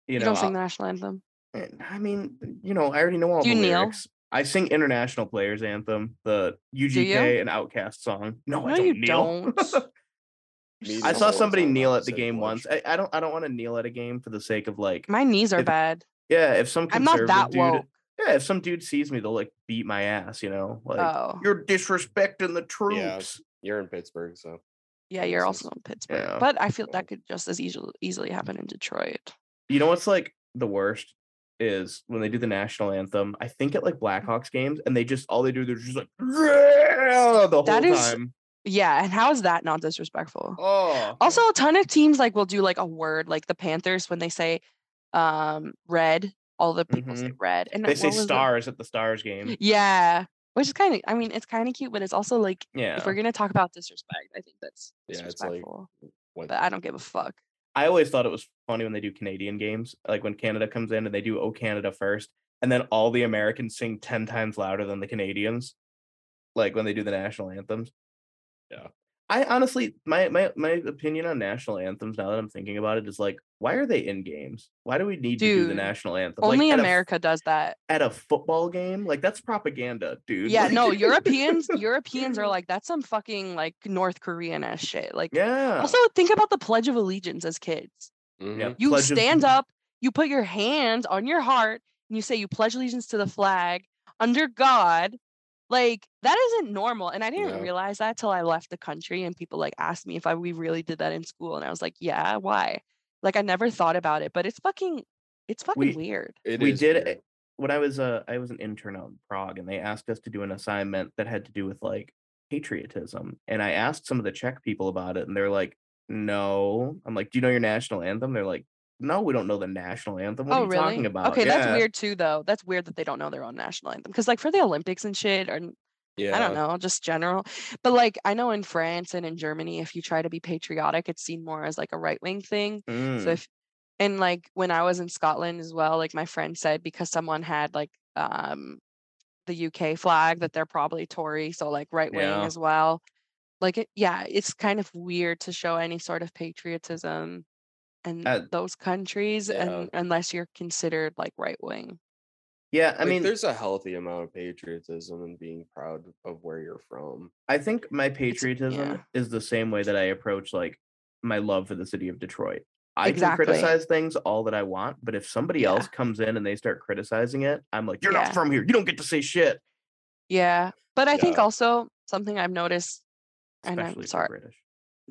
you,
You
know,
don't sing the
I'll-
national anthem.
and I mean, you know, I already know all
Do
the
you kneel?
lyrics. I sing International Players Anthem, the UGK and Outcast song. No, I
No,
don't
you
kneel.
don't.
Me
I
neither.
saw
Always
somebody
on the
kneel at the
opposite
game
lunge.
once. I, I don't I don't want to kneel at a game for the sake of like
My knees are
If-
bad.
yeah, if some
I'm not
conservative
that
dude
woke.
yeah, if some dude sees me, they'll like beat my ass, you know? Like
oh,
you're disrespecting the
Yeah.
troops.
You're in Pittsburgh, so
yeah, you're
so-
also in Pittsburgh,
yeah.
but I feel that could just as easily easily happen in Detroit.
You know what's like the worst is when they do the national anthem. I think at like Blackhawks games, and they just all they do they're just like "Yeah," the whole
That is-
time.
Yeah, and how is that not disrespectful?
Oh,
Also, a ton of teams like will do like a word, like the Panthers when they say um red, all the people say red, and
Mm-hmm. they
what
say
was it?
stars at the stars game.
Yeah, which is kind of, I mean, it's kind of cute, but it's also like
Yeah,
if we're gonna talk about disrespect, I think that's
Yeah, it's like-
disrespectful.
what
but I don't give a fuck.
I always thought it was funny when they do Canadian games, like when Canada comes in and they do "Oh Canada" first, and then all the Americans sing ten times louder than the Canadians, like when they do the national anthems.
Yeah.
I honestly, my my my opinion on national anthems now that I'm thinking about it is like, why are they in games? Why do we need to do the
Dude,
national anthem?
Only
like, at a f-
America does that.
at a football game, like that's propaganda, dude.
Yeah,
Like-
no, Europeans Europeans are like that's some fucking like North Korean ass shit. Like
yeah.
also think about the Pledge of Allegiance as kids.
Yeah,
Mhm.
You
Pledge of-
stand up, you put your hands on your heart, and you say you pledge allegiance to the flag under God. Like that isn't normal. And I didn't
No.
realize that till I left the country and people like asked me if I we really did that in school. And I was like, Yeah, why? Like I never thought about it, but it's fucking it's fucking
We-
weird.
It
we
is
did
weird.
it when I was uh I was an intern out in Prague and they asked us to do an assignment that had to do with like patriotism. And I asked some of the Czech people about it and they're like, No. I'm like, Do you know your national anthem? They're like, No, we don't know the national anthem. What
oh,
are you
really?
talking about?
Okay,
Yeah.
that's weird too, though. That's weird that they don't know their own national anthem. Because like for the Olympics and shit, or n-
Yeah,
I don't know, just general. But like I know in France and in Germany, if you try to be patriotic, it's seen more as like a right wing thing. So
Mm.
if and like when I was in Scotland as well, like my friend said, because someone had like um the UK flag that they're probably Tory, so like right wing
Yeah.
as well. Like it, yeah, it's kind of weird to show any sort of patriotism in
Uh,
those countries,
yeah.
and unless you're considered like right wing.
yeah, I
Like,
mean
there's a healthy amount of patriotism and being proud of where you're from.
I think my patriotism
yeah.
is the same way that I approach like my love for the city of Detroit. I
Exactly.
can criticize things all that I want, but if somebody
Yeah.
else comes in and they start criticizing it, I'm like, "You're
Yeah.
not from here. You don't get to say shit."
Yeah, but I think
Yeah.
also something I've noticed, and
Especially
I'm
for
sorry,
British.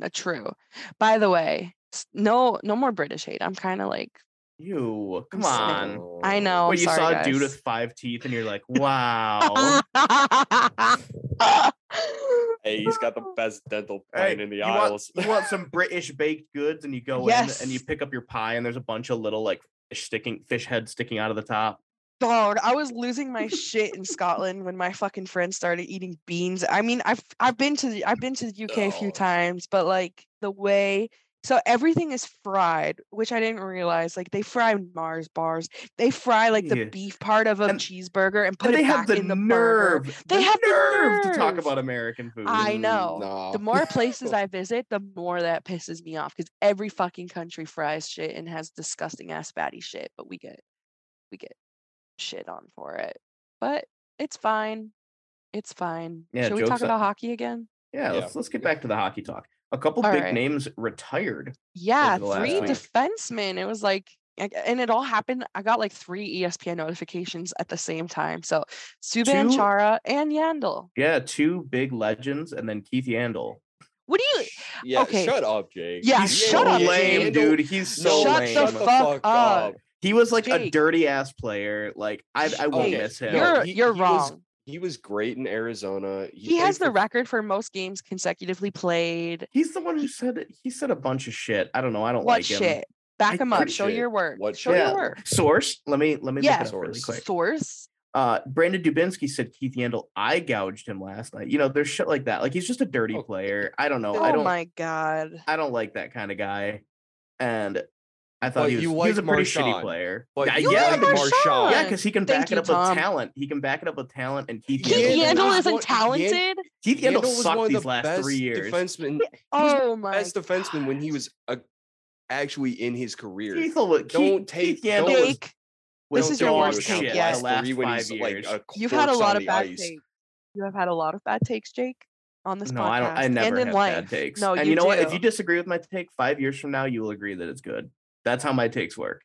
uh, true. By the way, s- no, no more British hate. I'm kind of like
You come
I'm
on.
I
Oh,
know.
Well,
I'm
you
sorry,
saw
guys.
a dude with five teeth, and you're like, "Wow."
Hey, he's got the best dental plan
Hey,
in the
you want-
aisles.
you want some British baked goods, and you go in and you
Yes.
pick up your pie, and there's a bunch of little like fish sticking fish heads sticking out of the top.
Dog, I was losing my shit in Scotland when my fucking friends started eating beans. I mean, I've I've been to the I've been to the UK a few
Oh.
times, but like the way so everything is fried, which I didn't realize. Like they fry Mars bars, they fry like the
Yeah.
beef part of a
And-
cheeseburger and put
And
it
they
back
have the,
in the burger.
nerve.
They
the
have the
nerve to talk
nerve.
about American food.
I
Mm,
know.
nah.
The more places
Oh.
I visit, the more that pisses me off because every fucking country fries shit and has disgusting ass fatty shit, but we get we get shit on for it. But it's fine. It's fine.
Yeah,
Should we talk
jokes on-
about hockey again?
Yeah,
Yeah.
Let's, let's get back to the hockey talk. A couple
All
big
right.
names retired.
Yeah,
the last
three
week.
defensemen. It was like, like- and it all happened. I got like three E ESPN notifications at the same time. So Subban,
Two-
Chara, and Yandel.
Yeah, two big legends, and then Keith Yandel.
What do you?
yeah,
okay.
shut up, Jake.
Yeah,
He's
shut
so
up,
lame,
Jake.
dude. He's so
Shut
lame.
the fuck up.
He was like a
Jake.
dirty ass player. Like I, I will
Jake,
miss him.
No,
You're
he-
you're
he was-
wrong.
He was great in Arizona.
he has
played
the
for-
record for most games consecutively played.
He's the one who said it- he said a bunch of shit. I don't know. I don't
What
like him.
shit? Back
I-
him up.
what
Show
shit?
your work.
What
Show
shit?
your work.
Source. Let me let me
Yeah.
look it up really
Source.
quick.
Source.
Uh, Brandon Dubinsky said Keith Yandel eye gouged him last night. You know, there's shit like that. Like he's just a dirty
Oh.
player. I don't know.
Oh,
I don't.
my god.
I don't like that kind of guy. And I thought
But
he was,
you
he was
like
a pretty shitty
Marshawn.
player.
But
yeah,
you
yeah,
like
because-
Marshawn.
yeah, because he can
Thank
back
you,
it up with
Tom.
talent. He can back it up with talent, and Keith
Keith
Keith
Yandel.
Yandel
Yandel
was
isn't
one- Yan-
talented.
Keith
Yandel
Yandel
was
sucked
one of
these
the
last
best
three years.
defensemen,
Oh my.
best defenseman when he
God.
was a, actually in his career.
Keith, Yandel- Keith,
Don't
Keith
take-
Yandel
don't-
was
Jake,
was
This is
dog
your worst
shit
take
last
yet.
last
three when
five
he's, like,
years.
a
you've had a
corpse
lot
on
of
the
bad
ice.
takes. You have had a lot of bad takes, Jake. on this
no,
podcast.
I don't. I never
and in
have
life.
bad takes.
No,
and
you
you know what? If
do.
you disagree with my take, five years from now, you will agree that it's good. That's how my takes work.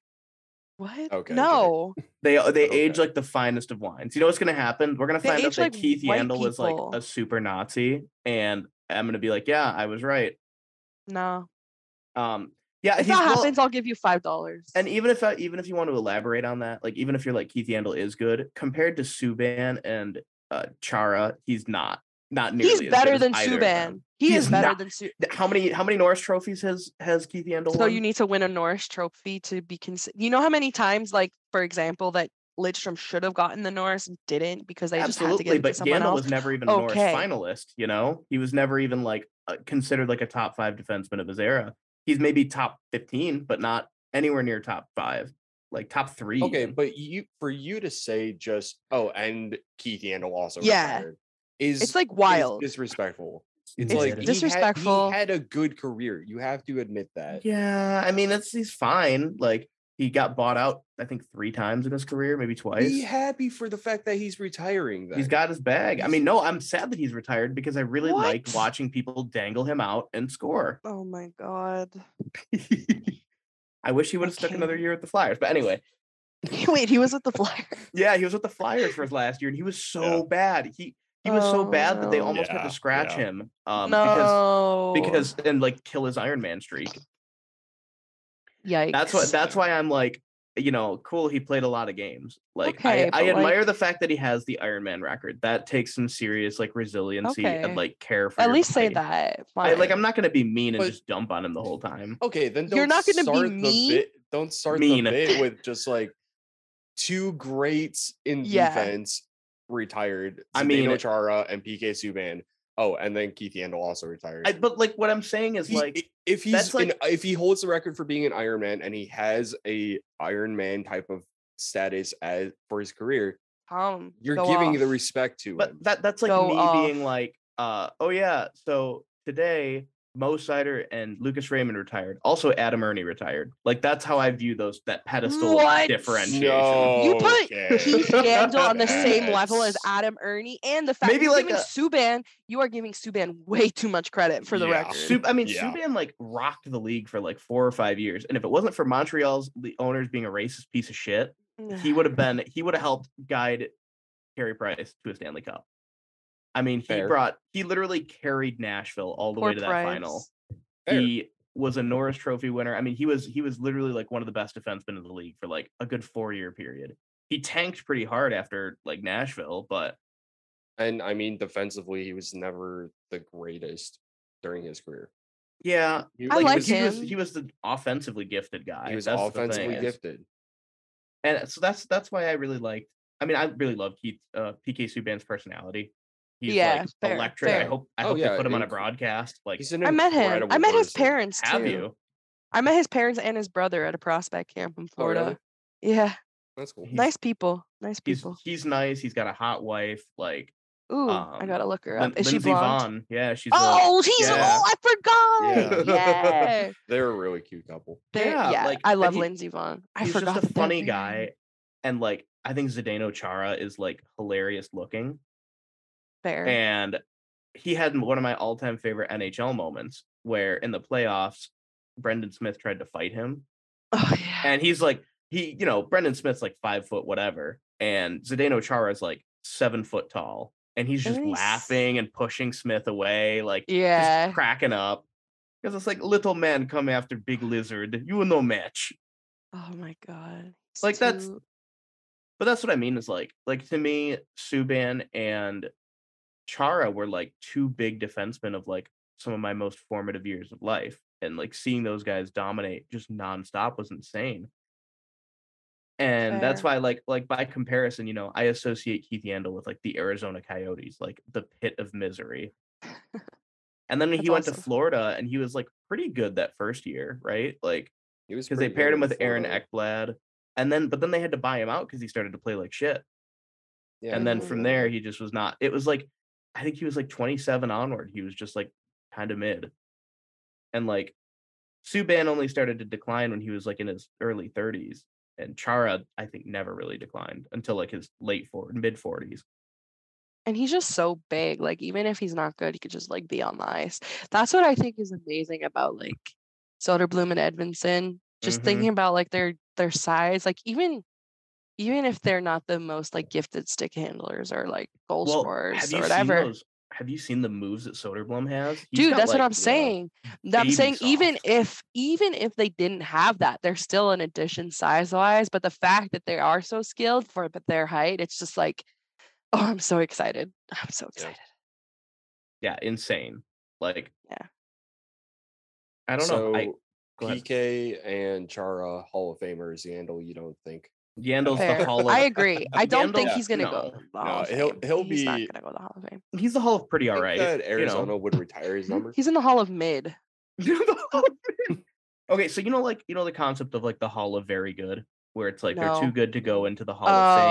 What?
Okay,
no.
They uh, they age
Okay.
like the finest of wines. You know what's gonna happen? We're gonna
They
find out
age
that
like
Keith
white
Yandel was like
people.
a super Nazi, and I'm gonna be like, yeah, I was right.
No.
Um, yeah,
If
he's
that
well-
happens, I'll give you five dollars.
and even if I, even if you want to elaborate on that, like even if you're like Keith Yandel is good compared to Subban and uh Chara, he's not not nearly.
he's
as
better
good
than
as either of them.
Subban. He,
He
is,
is
better
not.
than Subban.
Th- How many how many Norris trophies has has Keith Yandel?
So
won?
you need to win a Norris Trophy to be considered. You know how many times, like for example, that Lidstrom should have gotten the Norris and didn't because they just had to
Absolutely,
give it
but
to someone
Yandel
else.
was never even a Norris
Okay.
finalist. You know, he was never even like uh, considered like a top five defenseman of his era. He's maybe top fifteen, but not anywhere near top five, like top three.
Okay,
even.
but you for you to say just oh, and Keith Yandel also
Yeah.
retired is
It's like
is
wild.
disrespectful.
It's
It's like
dis-
he had- he
disrespectful.
Had, a good career. You have to admit that.
yeah, I mean, that's he's fine. Like he got bought out, I think three times in his career, maybe twice.
Be happy for the fact that he's retiring. Then
He's got his bag. I mean, no, I'm sad that he's retired because I really like
What?
watching people dangle him out and score.
Oh my god!
I wish he would have stuck another
can't.
year at the Flyers. But anyway,
Wait, he was with the Flyers.
Yeah, he was with the Flyers for his last year, and he was so
Yeah.
bad. He he was so
Oh,
bad that they
no.
almost had
Yeah,
to scratch
yeah.
him. Um,
no,
because because and like kill his Iron Man streak.
yikes.
That's what that's
Yeah.
why I'm like, you know, cool. He played a lot of games. Like
Okay,
I, I
but, like-
admire the fact that he has the Iron Man record. That takes some serious like resiliency
Okay.
and like care for.
At
your
least say
body.
that.
I, like
fine.
I'm not gonna be mean and
But-
just dump on him the whole time.
okay. Then don't
You're not gonna be
start the
mean.
bit. Don't start
Mean.
the bit with just like two greats in
Yeah.
defense retired.
I
I
mean-
mean, Chara and PK Subban. Oh, and then Keith Yandel also retired.
I, but like what I'm saying is
He-
like
i- if he's
that's
an-
like-
if he holds the record for being an Iron Man and he has a Iron Man type of status as for his career,
Tom,
you're
go
giving the
off.
respect to him.
But that that's like
Go
me
off.
being like, uh, oh yeah, so today Mo Sider and Lucas Raymond retired. Also Adam Ernie retired. Like that's how I view those that pedestal
What?
differentiation.
You put
Okay.
Keith Yandel on the same level as
That's-
Adam Ernie, and the fact
Maybe
that you're
like
giving
a-
Subban, you are giving Subban way too much credit for the
Yeah.
record.
Sub- I mean,
Uh, Yeah.
Subban like rocked the league for like four or five years, and if it wasn't for Montreal's the owners being a racist piece of shit, he would have been he would have helped guide Carey Price to a Stanley Cup. I mean, he
Fair.
brought he literally carried Nashville all the
Poor
way to that
Price.
final.
Fair.
he was a Norris Trophy winner. I mean, he was he was literally like one of the best defensemen in the league for like a good four year period. He tanked pretty hard after like Nashville, but
and I mean, defensively, he was never the greatest during his career.
yeah,
He,
I
he
like
was, he was
him.
he was the offensively gifted guy.
He was
That's the thing
offensively
is-
gifted.
and so that's that's why I really liked. I mean, I really love Keith uh, PK Subban's personality. He's
Yeah,
like
fair,
electric.
fair.
I hope I
Oh,
hope
yeah,
they put him on a
inc-
broadcast. Like,
He's an
I met him. I
incredible
met his
person.
parents
have
too.
you?
I met his parents and his brother at a prospect camp in
Oh, really?
Florida. Yeah,
That's cool.
He's-
nice people. Nice
He's
people.
he's nice. He's got a hot wife. Like,
Ooh, I gotta look her
um, Lin-
up. Is she
Lindsay
blonde?
Vaughn. Yeah, she's. a-
Oh, he's
yeah.
oh, I forgot.
Yeah.
Yeah,
They're a really cute couple.
They're-
Yeah,
yeah.
like,
I
and
love
he-
Lindsey Lindsay Vaughn. I
he's
forgot.
just a
that they're
funny
married.
guy and like i think zdeno chara is like hilarious looking
Fair.
and he had one of my all-time favorite nhl moments where in the playoffs brendan smith tried to fight him
oh yeah.
and he's like he you know brendan smith's like five foot whatever and zdeno chara is like seven foot tall and he's just
Nice.
laughing and pushing smith away like
Yeah.
just cracking up because it's like little man come after big lizard you will no match
Oh my god. He's
Like, that's-
too-
But that's what I mean is like like to me, Subban and Chara were like two big defensemen of like some of my most formative years of life. And like seeing those guys dominate just nonstop was insane. And that's
Fair.
why like like by comparison, you know, I associate Keith Yandel with like the Arizona Coyotes, like the pit of misery. and then
That's
he went
awesome.
to Florida and he was like pretty good that first year, right? Like
He was
because they
pretty
paired
young
him
in
with Aaron
Florida.
Ekblad, and then but then they had to buy him out because he started to play like shit.
Yeah,
and
he
then
was
from
young.
there, he just was not. It was like I think he was like 27 onward. He was just like kind of mid, and like Subban only started to decline when he was like in his early 30s, and Chara I think never really declined until like his late 40s, mid 40s.
and he's just so big. Like even if he's not good, he could just like be on the ice. That's what I think is amazing about like Soderblom and Edmondson. Just
Mhm.
thinking about like their their size, like even even if they're not the most like gifted stick handlers or like goal scorers or whatever.
Seen those, have you seen the moves that Soderblom has? He's
Dude,
got,
that's what
like,
I'm saying. I'm
baby
saying even
soft.
if even if they didn't have that, they're still an addition size wise. But the fact that they are so skilled for but their height, it's just like, oh, I'm so excited. I'm so excited.
yeah, insane. Like,
Yeah.
I don't know. I, go ahead.
PK and Chara Hall of Famers. Yandel, you don't think?
Yandel's the
Fair.
Hall of.
I agree. I don't think
Yandel-
he's gonna go.
no,
to the Hall
no,
of
he'll-
Fame.
he'll
he's not
be-
gonna go to the Hall of Fame.
He's the Hall of pretty all
Think
right.
that
you know.
Arizona would retire his number.
He's in the Hall of Mid.
The Hall of Fame. okay, so you know, like you know, the concept of like the Hall of Very Good, where it's like they're too
No.
good to go into the Hall
Oh,
of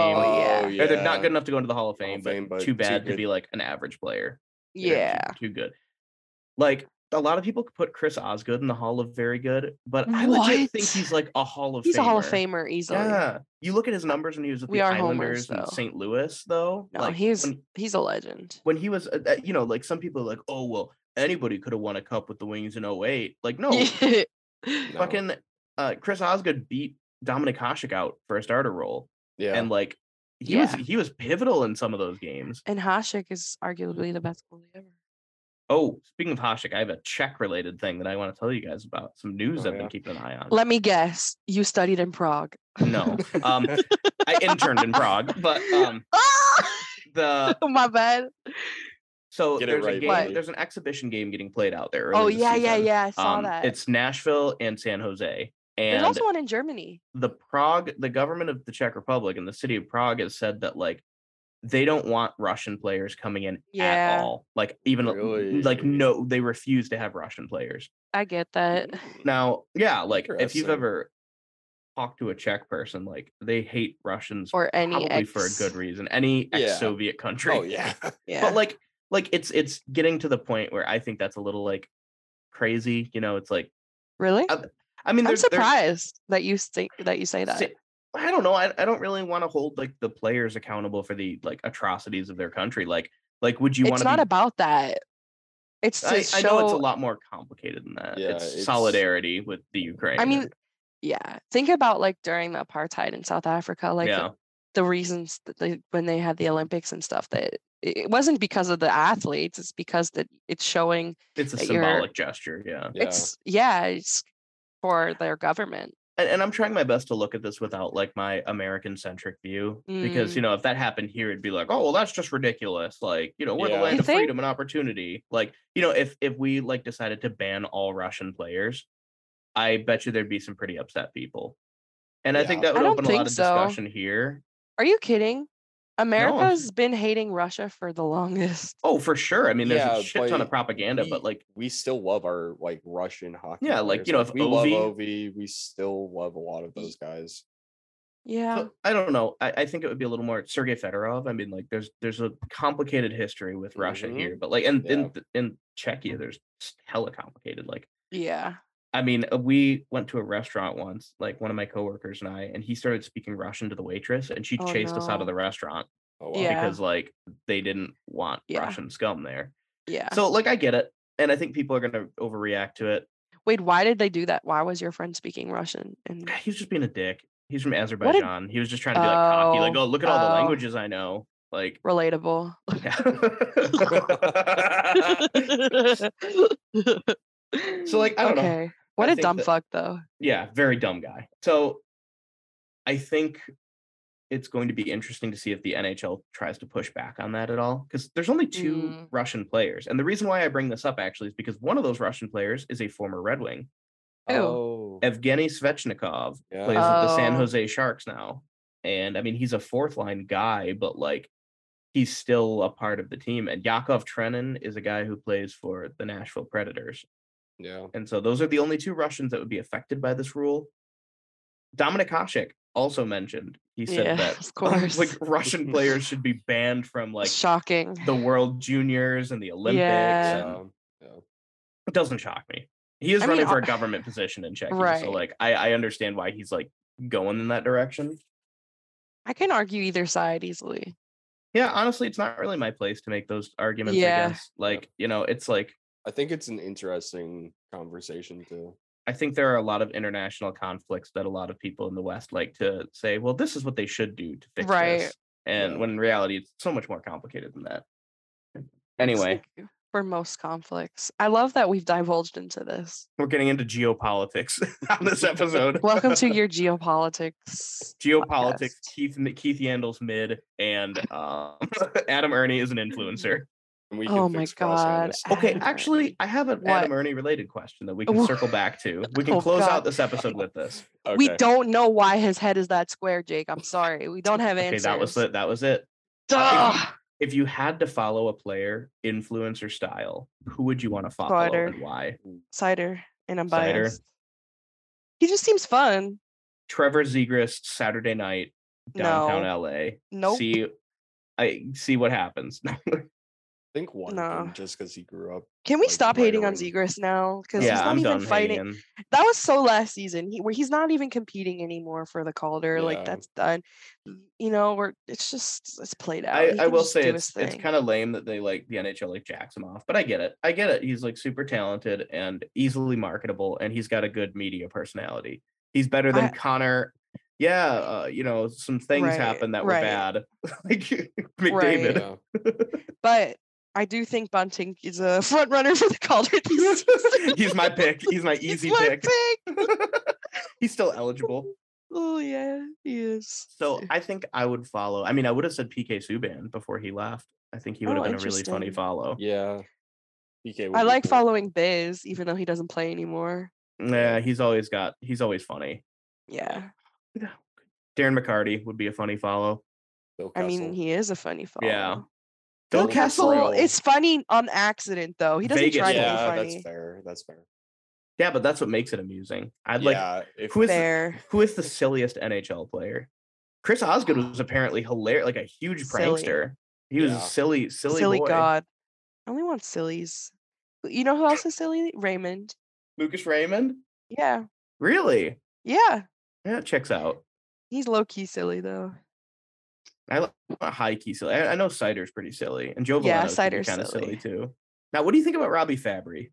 Fame,
yeah.
or they're not good enough to go into the Hall of Fame, but,
Fame, but
too
too
bad to
good.
be like an average player. They're
Yeah.
too, too good. Like a lot of people could put Chris Osgood in the Hall of Very Good, but I legit think
What?
he's like a Hall of.
He's
Famer.
a Hall of Famer easily.
Yeah, you look at his numbers when he was with
We
the
are
Islanders
homers,
and
though.
St. Louis, though.
No,
like,
he's
when,
he's a legend.
when he was, uh, uh, you know, like some people are like, oh well, anybody could have won a cup with the Wings in 08. Like, no,
No.
fucking uh, Chris Osgood beat Dominic Hasek out for a starter role,
Yeah.
and like he was
Yeah.
he was pivotal in some of those games.
and Hasek is
Mm.
arguably the best goalie ever.
Oh, speaking of Hasek, I have a Czech related thing that I want to tell you guys about. Some news
Oh,
I've
yeah.
been keeping an eye on.
Let me guess. You studied in Prague.
no, um, I interned in Prague, but um,
Ah!
the
My bad.
So
Get it
there's a
right,
game,
Molly.
there's an exhibition game getting played out there.
Oh
early this
yeah, yeah,
season.
yeah. I saw
Um,
that.
It's Nashville and San Jose,
There's
and
also one in Germany.
the Prague, the government of the Czech Republic and the city of Prague has said that like they don't want Russian players coming in
Yeah.
at all. Like even like
Really?
no, they refuse to have Russian players.
I get that.
Now, yeah, like if you've
Interesting.
ever talked to a Czech person, like they hate Russians
Or any
probably for a
ex-
good reason. Any
Yeah.
ex-Soviet country.
Oh yeah.
Yeah.
but like like it's it's getting to the point where i think that's a little like crazy you know it's like
really?
I i mean
I'm
there's, there's
surprised that you think that you say that.
si- i don't know i, I don't really want to hold like the players accountable for the like atrocities of their country like like would you want
it's
to
not
be
about that. It's to
I,
show.
I know it's a lot more complicated than that
Yeah,
it's,
it's-
solidarity with the ukraine
I mean,
and-
yeah. Think about like during the apartheid in South Africa, like
yeah
the reasons that they when they had the Olympics and stuff that it- it wasn't because of the athletes. It's because that it's showing.
it's a
that uh, you're-
symbolic gesture yeah
Yeah.
It's yeah. It's for their government.
and, and i'm trying my best to look at this without like my american centric view because you know if that happened here it'd be like oh well that's just ridiculous like you know we're the
Yeah.
land
You
of
think?
freedom and opportunity like you know if if we like decided to ban all russian players i bet you there'd be some pretty upset people and i think
Yeah.
that would
I don't
open a lot
think
of
so.
discussion here
Are you kidding?
I'm-
America's been hating Russia for the longest.
oh for sure i mean there's
Yeah,
a shit ton of
but
propaganda but
we-
like
we still love our like Russian hockey.
Yeah, like,
players.
you know, if
we love
Ovi-
Ovi, we still love a lot of those guys.
Yeah.
so- i don't know I, I think it would be a little more sergei fedorov i mean like there's there's a complicated history with russia
Mm-hmm.
Mhm.
here but like and
Yeah.
in in czechia there's hella complicated like
yeah.
I mean, uh, we went to a restaurant once, like one of my coworkers and I, and he started speaking Russian to the waitress, and she
Oh,
chased us out
no.
of the restaurant
Oh, wow.
Yeah.
because like they didn't want
Yeah.
Russian scum there.
Yeah.
So like I get it, and I think people are gonna overreact to it.
Wait, why did they do that? Why was your friend speaking Russian? And
He's just being a dick. He's from Azerbaijan. He was just trying to be like cocky, like
Oh,
oh look at all the
oh.
languages I know. Like
relatable.
yeah. so like I don't know.
okay. What
I
a
think
dumb
that-
fuck, though.
yeah, very dumb guy. So I think it's going to be interesting to see if the NHL tries to push back on that at all because there's only two
Mm.
Russian players. And the reason why I bring this up actually is because one of those Russian players is a former Red Wing.
Ew.
Oh,
Evgeny Svechnikov
yeah.
plays with the San
Oh.
Jose Sharks now. And I mean, he's a fourth line guy, but like he's still a part of the team. And Yakov Trenin is a guy who plays for the Nashville Predators.
yeah.
And so those are the only two Russians that would be affected by this rule. Dominic Hasek also mentioned, he said
Yeah,
that
of course.
like Russian players should be banned from like
Shocking.
the World Juniors and the Olympics.
Yeah.
and-
Um,
it doesn't shock me. He is
I mean,
running for a
uh,
government position in Czechia.
right.
So like I, I understand why he's like going in that direction.
I can argue either side easily.
yeah honestly it's not really my place to make those arguments
Yeah.
i guess like you know it's like
I think it's an interesting conversation to
i think there are a lot of international conflicts that a lot of people in the west like to say well this is what they should do to fix
Right.
this and
Yeah.
when in reality it's so much more complicated than that anyway
Thank you for most conflicts. I love that we've divulged into this.
we're getting into geopolitics on this episode
Welcome to your geopolitics.
geopolitics
podcast.
keith keith yandel's mid and um, adam ernie is an influencer
and we
Oh
can
my
fix crossovers.
God.
Okay,
Adam
actually,
Ernie.
I have an
What?
Adam Ernie related question that we can
Wha-
circle back to. We can
Oh,
close
God.
out this episode with this.
Okay.
We don't know why his head is that square, Jake. I'm sorry. We don't have
Okay,
answers.
that was it. That was it.
Duh!
If you had to follow a player, influencer style, who would you want to follow
Carter.
and why?
Cider, and I'm
Cider.
biased. He just seems fun.
Trevor Zegras, Saturday night, downtown
no.
LA.
Nope.
See, I see what happens.
I think one of
No.
them just because he grew up.
Can we
like,
stop
right
hating on
away.
Zegras now? Because he's
yeah,
not
I'm
even
done
fighting.
hating.
That was so last season. He, where he's not even competing anymore for the Calder. Like
Yeah.
that's done. You know, we're it's just it's played out.
I,
uh, He
I
can
will
just
say
do
it's
his
it's
thing.
kind of lame that they like the NHL like jacks him off, but I get it. I get it. He's like super talented and easily marketable, and he's got a good media personality. He's better than
I-
Connor. Yeah, uh, you know, some things
Right,
happened that
right.
were bad, like
Right.
McDavid.
Yeah.
But I do think Bunting is a front runner for the Calder this season.
He's my pick. He's my easy
He's my
pick. He's still eligible.
Oh yeah, he is.
So I think I would follow. I mean, I would have said PK Subban before he left. I think he would
Oh,
have been a really funny
interesting.
follow.
Yeah. PK would
I
be
like
cool.
following Biz, even though he doesn't play anymore.
Yeah, he's always got. He's always funny.
Yeah.
Darren McCarty would be a funny follow.
Phil
I mean,
Kessel.
he is a funny follow.
Yeah.
Phil
Phil
Phil
Kessel
Kessel.
is funny on accident though. He doesn't
Vegas
try
is.
yeah,
to be
that's
funny.
fair. That's fair.
Yeah, but that's what makes it amusing. I'd like
yeah, if
who is
Fair.
who is the silliest NHL player? Chris Osgood was apparently hilarious, like a huge
Ah. Silly.
prankster. He was
Yeah.
a silly, silly,
Silly
boy.
God. I only want sillies. You know who else is silly? Raymond.
Lucas Raymond,
Yeah.
really?
Yeah.
Yeah, it checks out.
He's low key silly though.
I like high key silly. I, I know Cider's pretty silly, and Joe
Yeah,
Valeno's
Sider's
kind of
silly.
silly too. Now, what do you think about Robbie Fabry?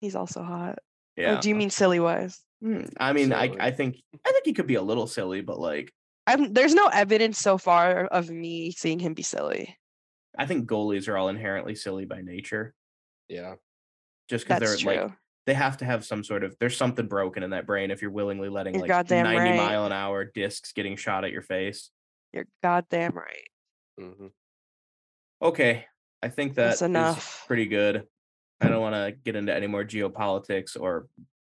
He's also hot.
Yeah,
Or Oh, do you mean silly wise?
Mm, I mean, I,
Silly.
I think I think he could be a little silly, but like
I'm, there's no evidence so far of me seeing him be silly.
I think goalies are all inherently silly by nature,
yeah,
just because
That's
they're
true.
like they have to have some sort of there's something broken in that brain if you're willingly letting
You're
like 90
goddamn right.
mile an hour discs getting shot at your face
You're goddamn right.
mhm.
okay i think that
That's
is
enough.
pretty good i don't want to get into any more geopolitics or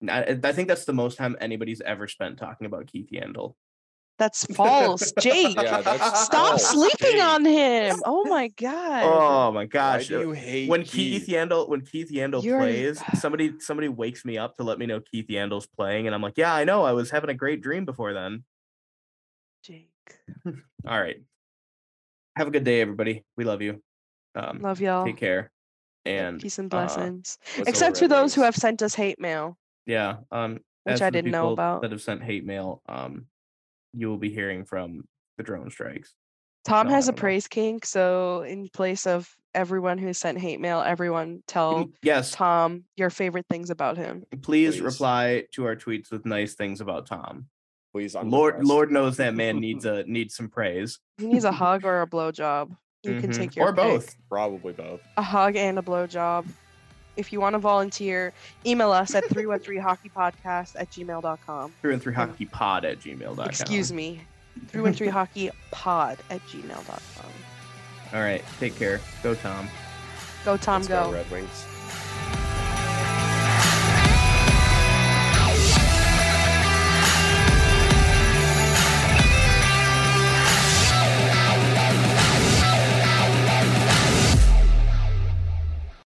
I, I think that's the most time anybody's ever spent talking about keith yandel
That's false. Jake,
Yeah, that's
stop
Oh,
sleeping
Jake.
on him. Oh my god.
oh my
Why
gosh
do you hate
when keith yandel when keith yandel
You're-
plays somebody somebody wakes me up to let me know keith yandel's playing and i'm like yeah i know i was having a great dream before then
Jake.
All right. Have a good day, everybody. We love you. Um,
Love y'all.
take care.
Yeah,
And
peace and
uh,
blessings.
What's
Except
over,
for those who
anyways?
have sent us hate mail.
yeah, um,
Which
as
I
for the
didn't know
people
about.
that have sent hate mail. Um, you will be hearing from the drone strikes.
Tom
No, I
has a
don't know.
praise kink, so in place of everyone who sent hate mail, everyone
Mm-hmm.
tell
yes,
Oh, Tom your favorite things about him.
please,
Please.
reply to our tweets with nice things about Tom.
please, I'm
Lord,
depressed.
Lord knows that man needs a needs some praise.
He needs a hug or a blowjob. You can
Mhm.
take your
or both.
pick.
probably both.
a hug and a blowjob. If you want to volunteer, email us at 313hockeypodcast at gmail.com.
Through and through hockey pod at gmail.com.
Mm. Excuse me. 313hockeypod at gmail.com.
All right. Take care. Go, Tom.
Go, Tom,
Let's
go.
Red Wings.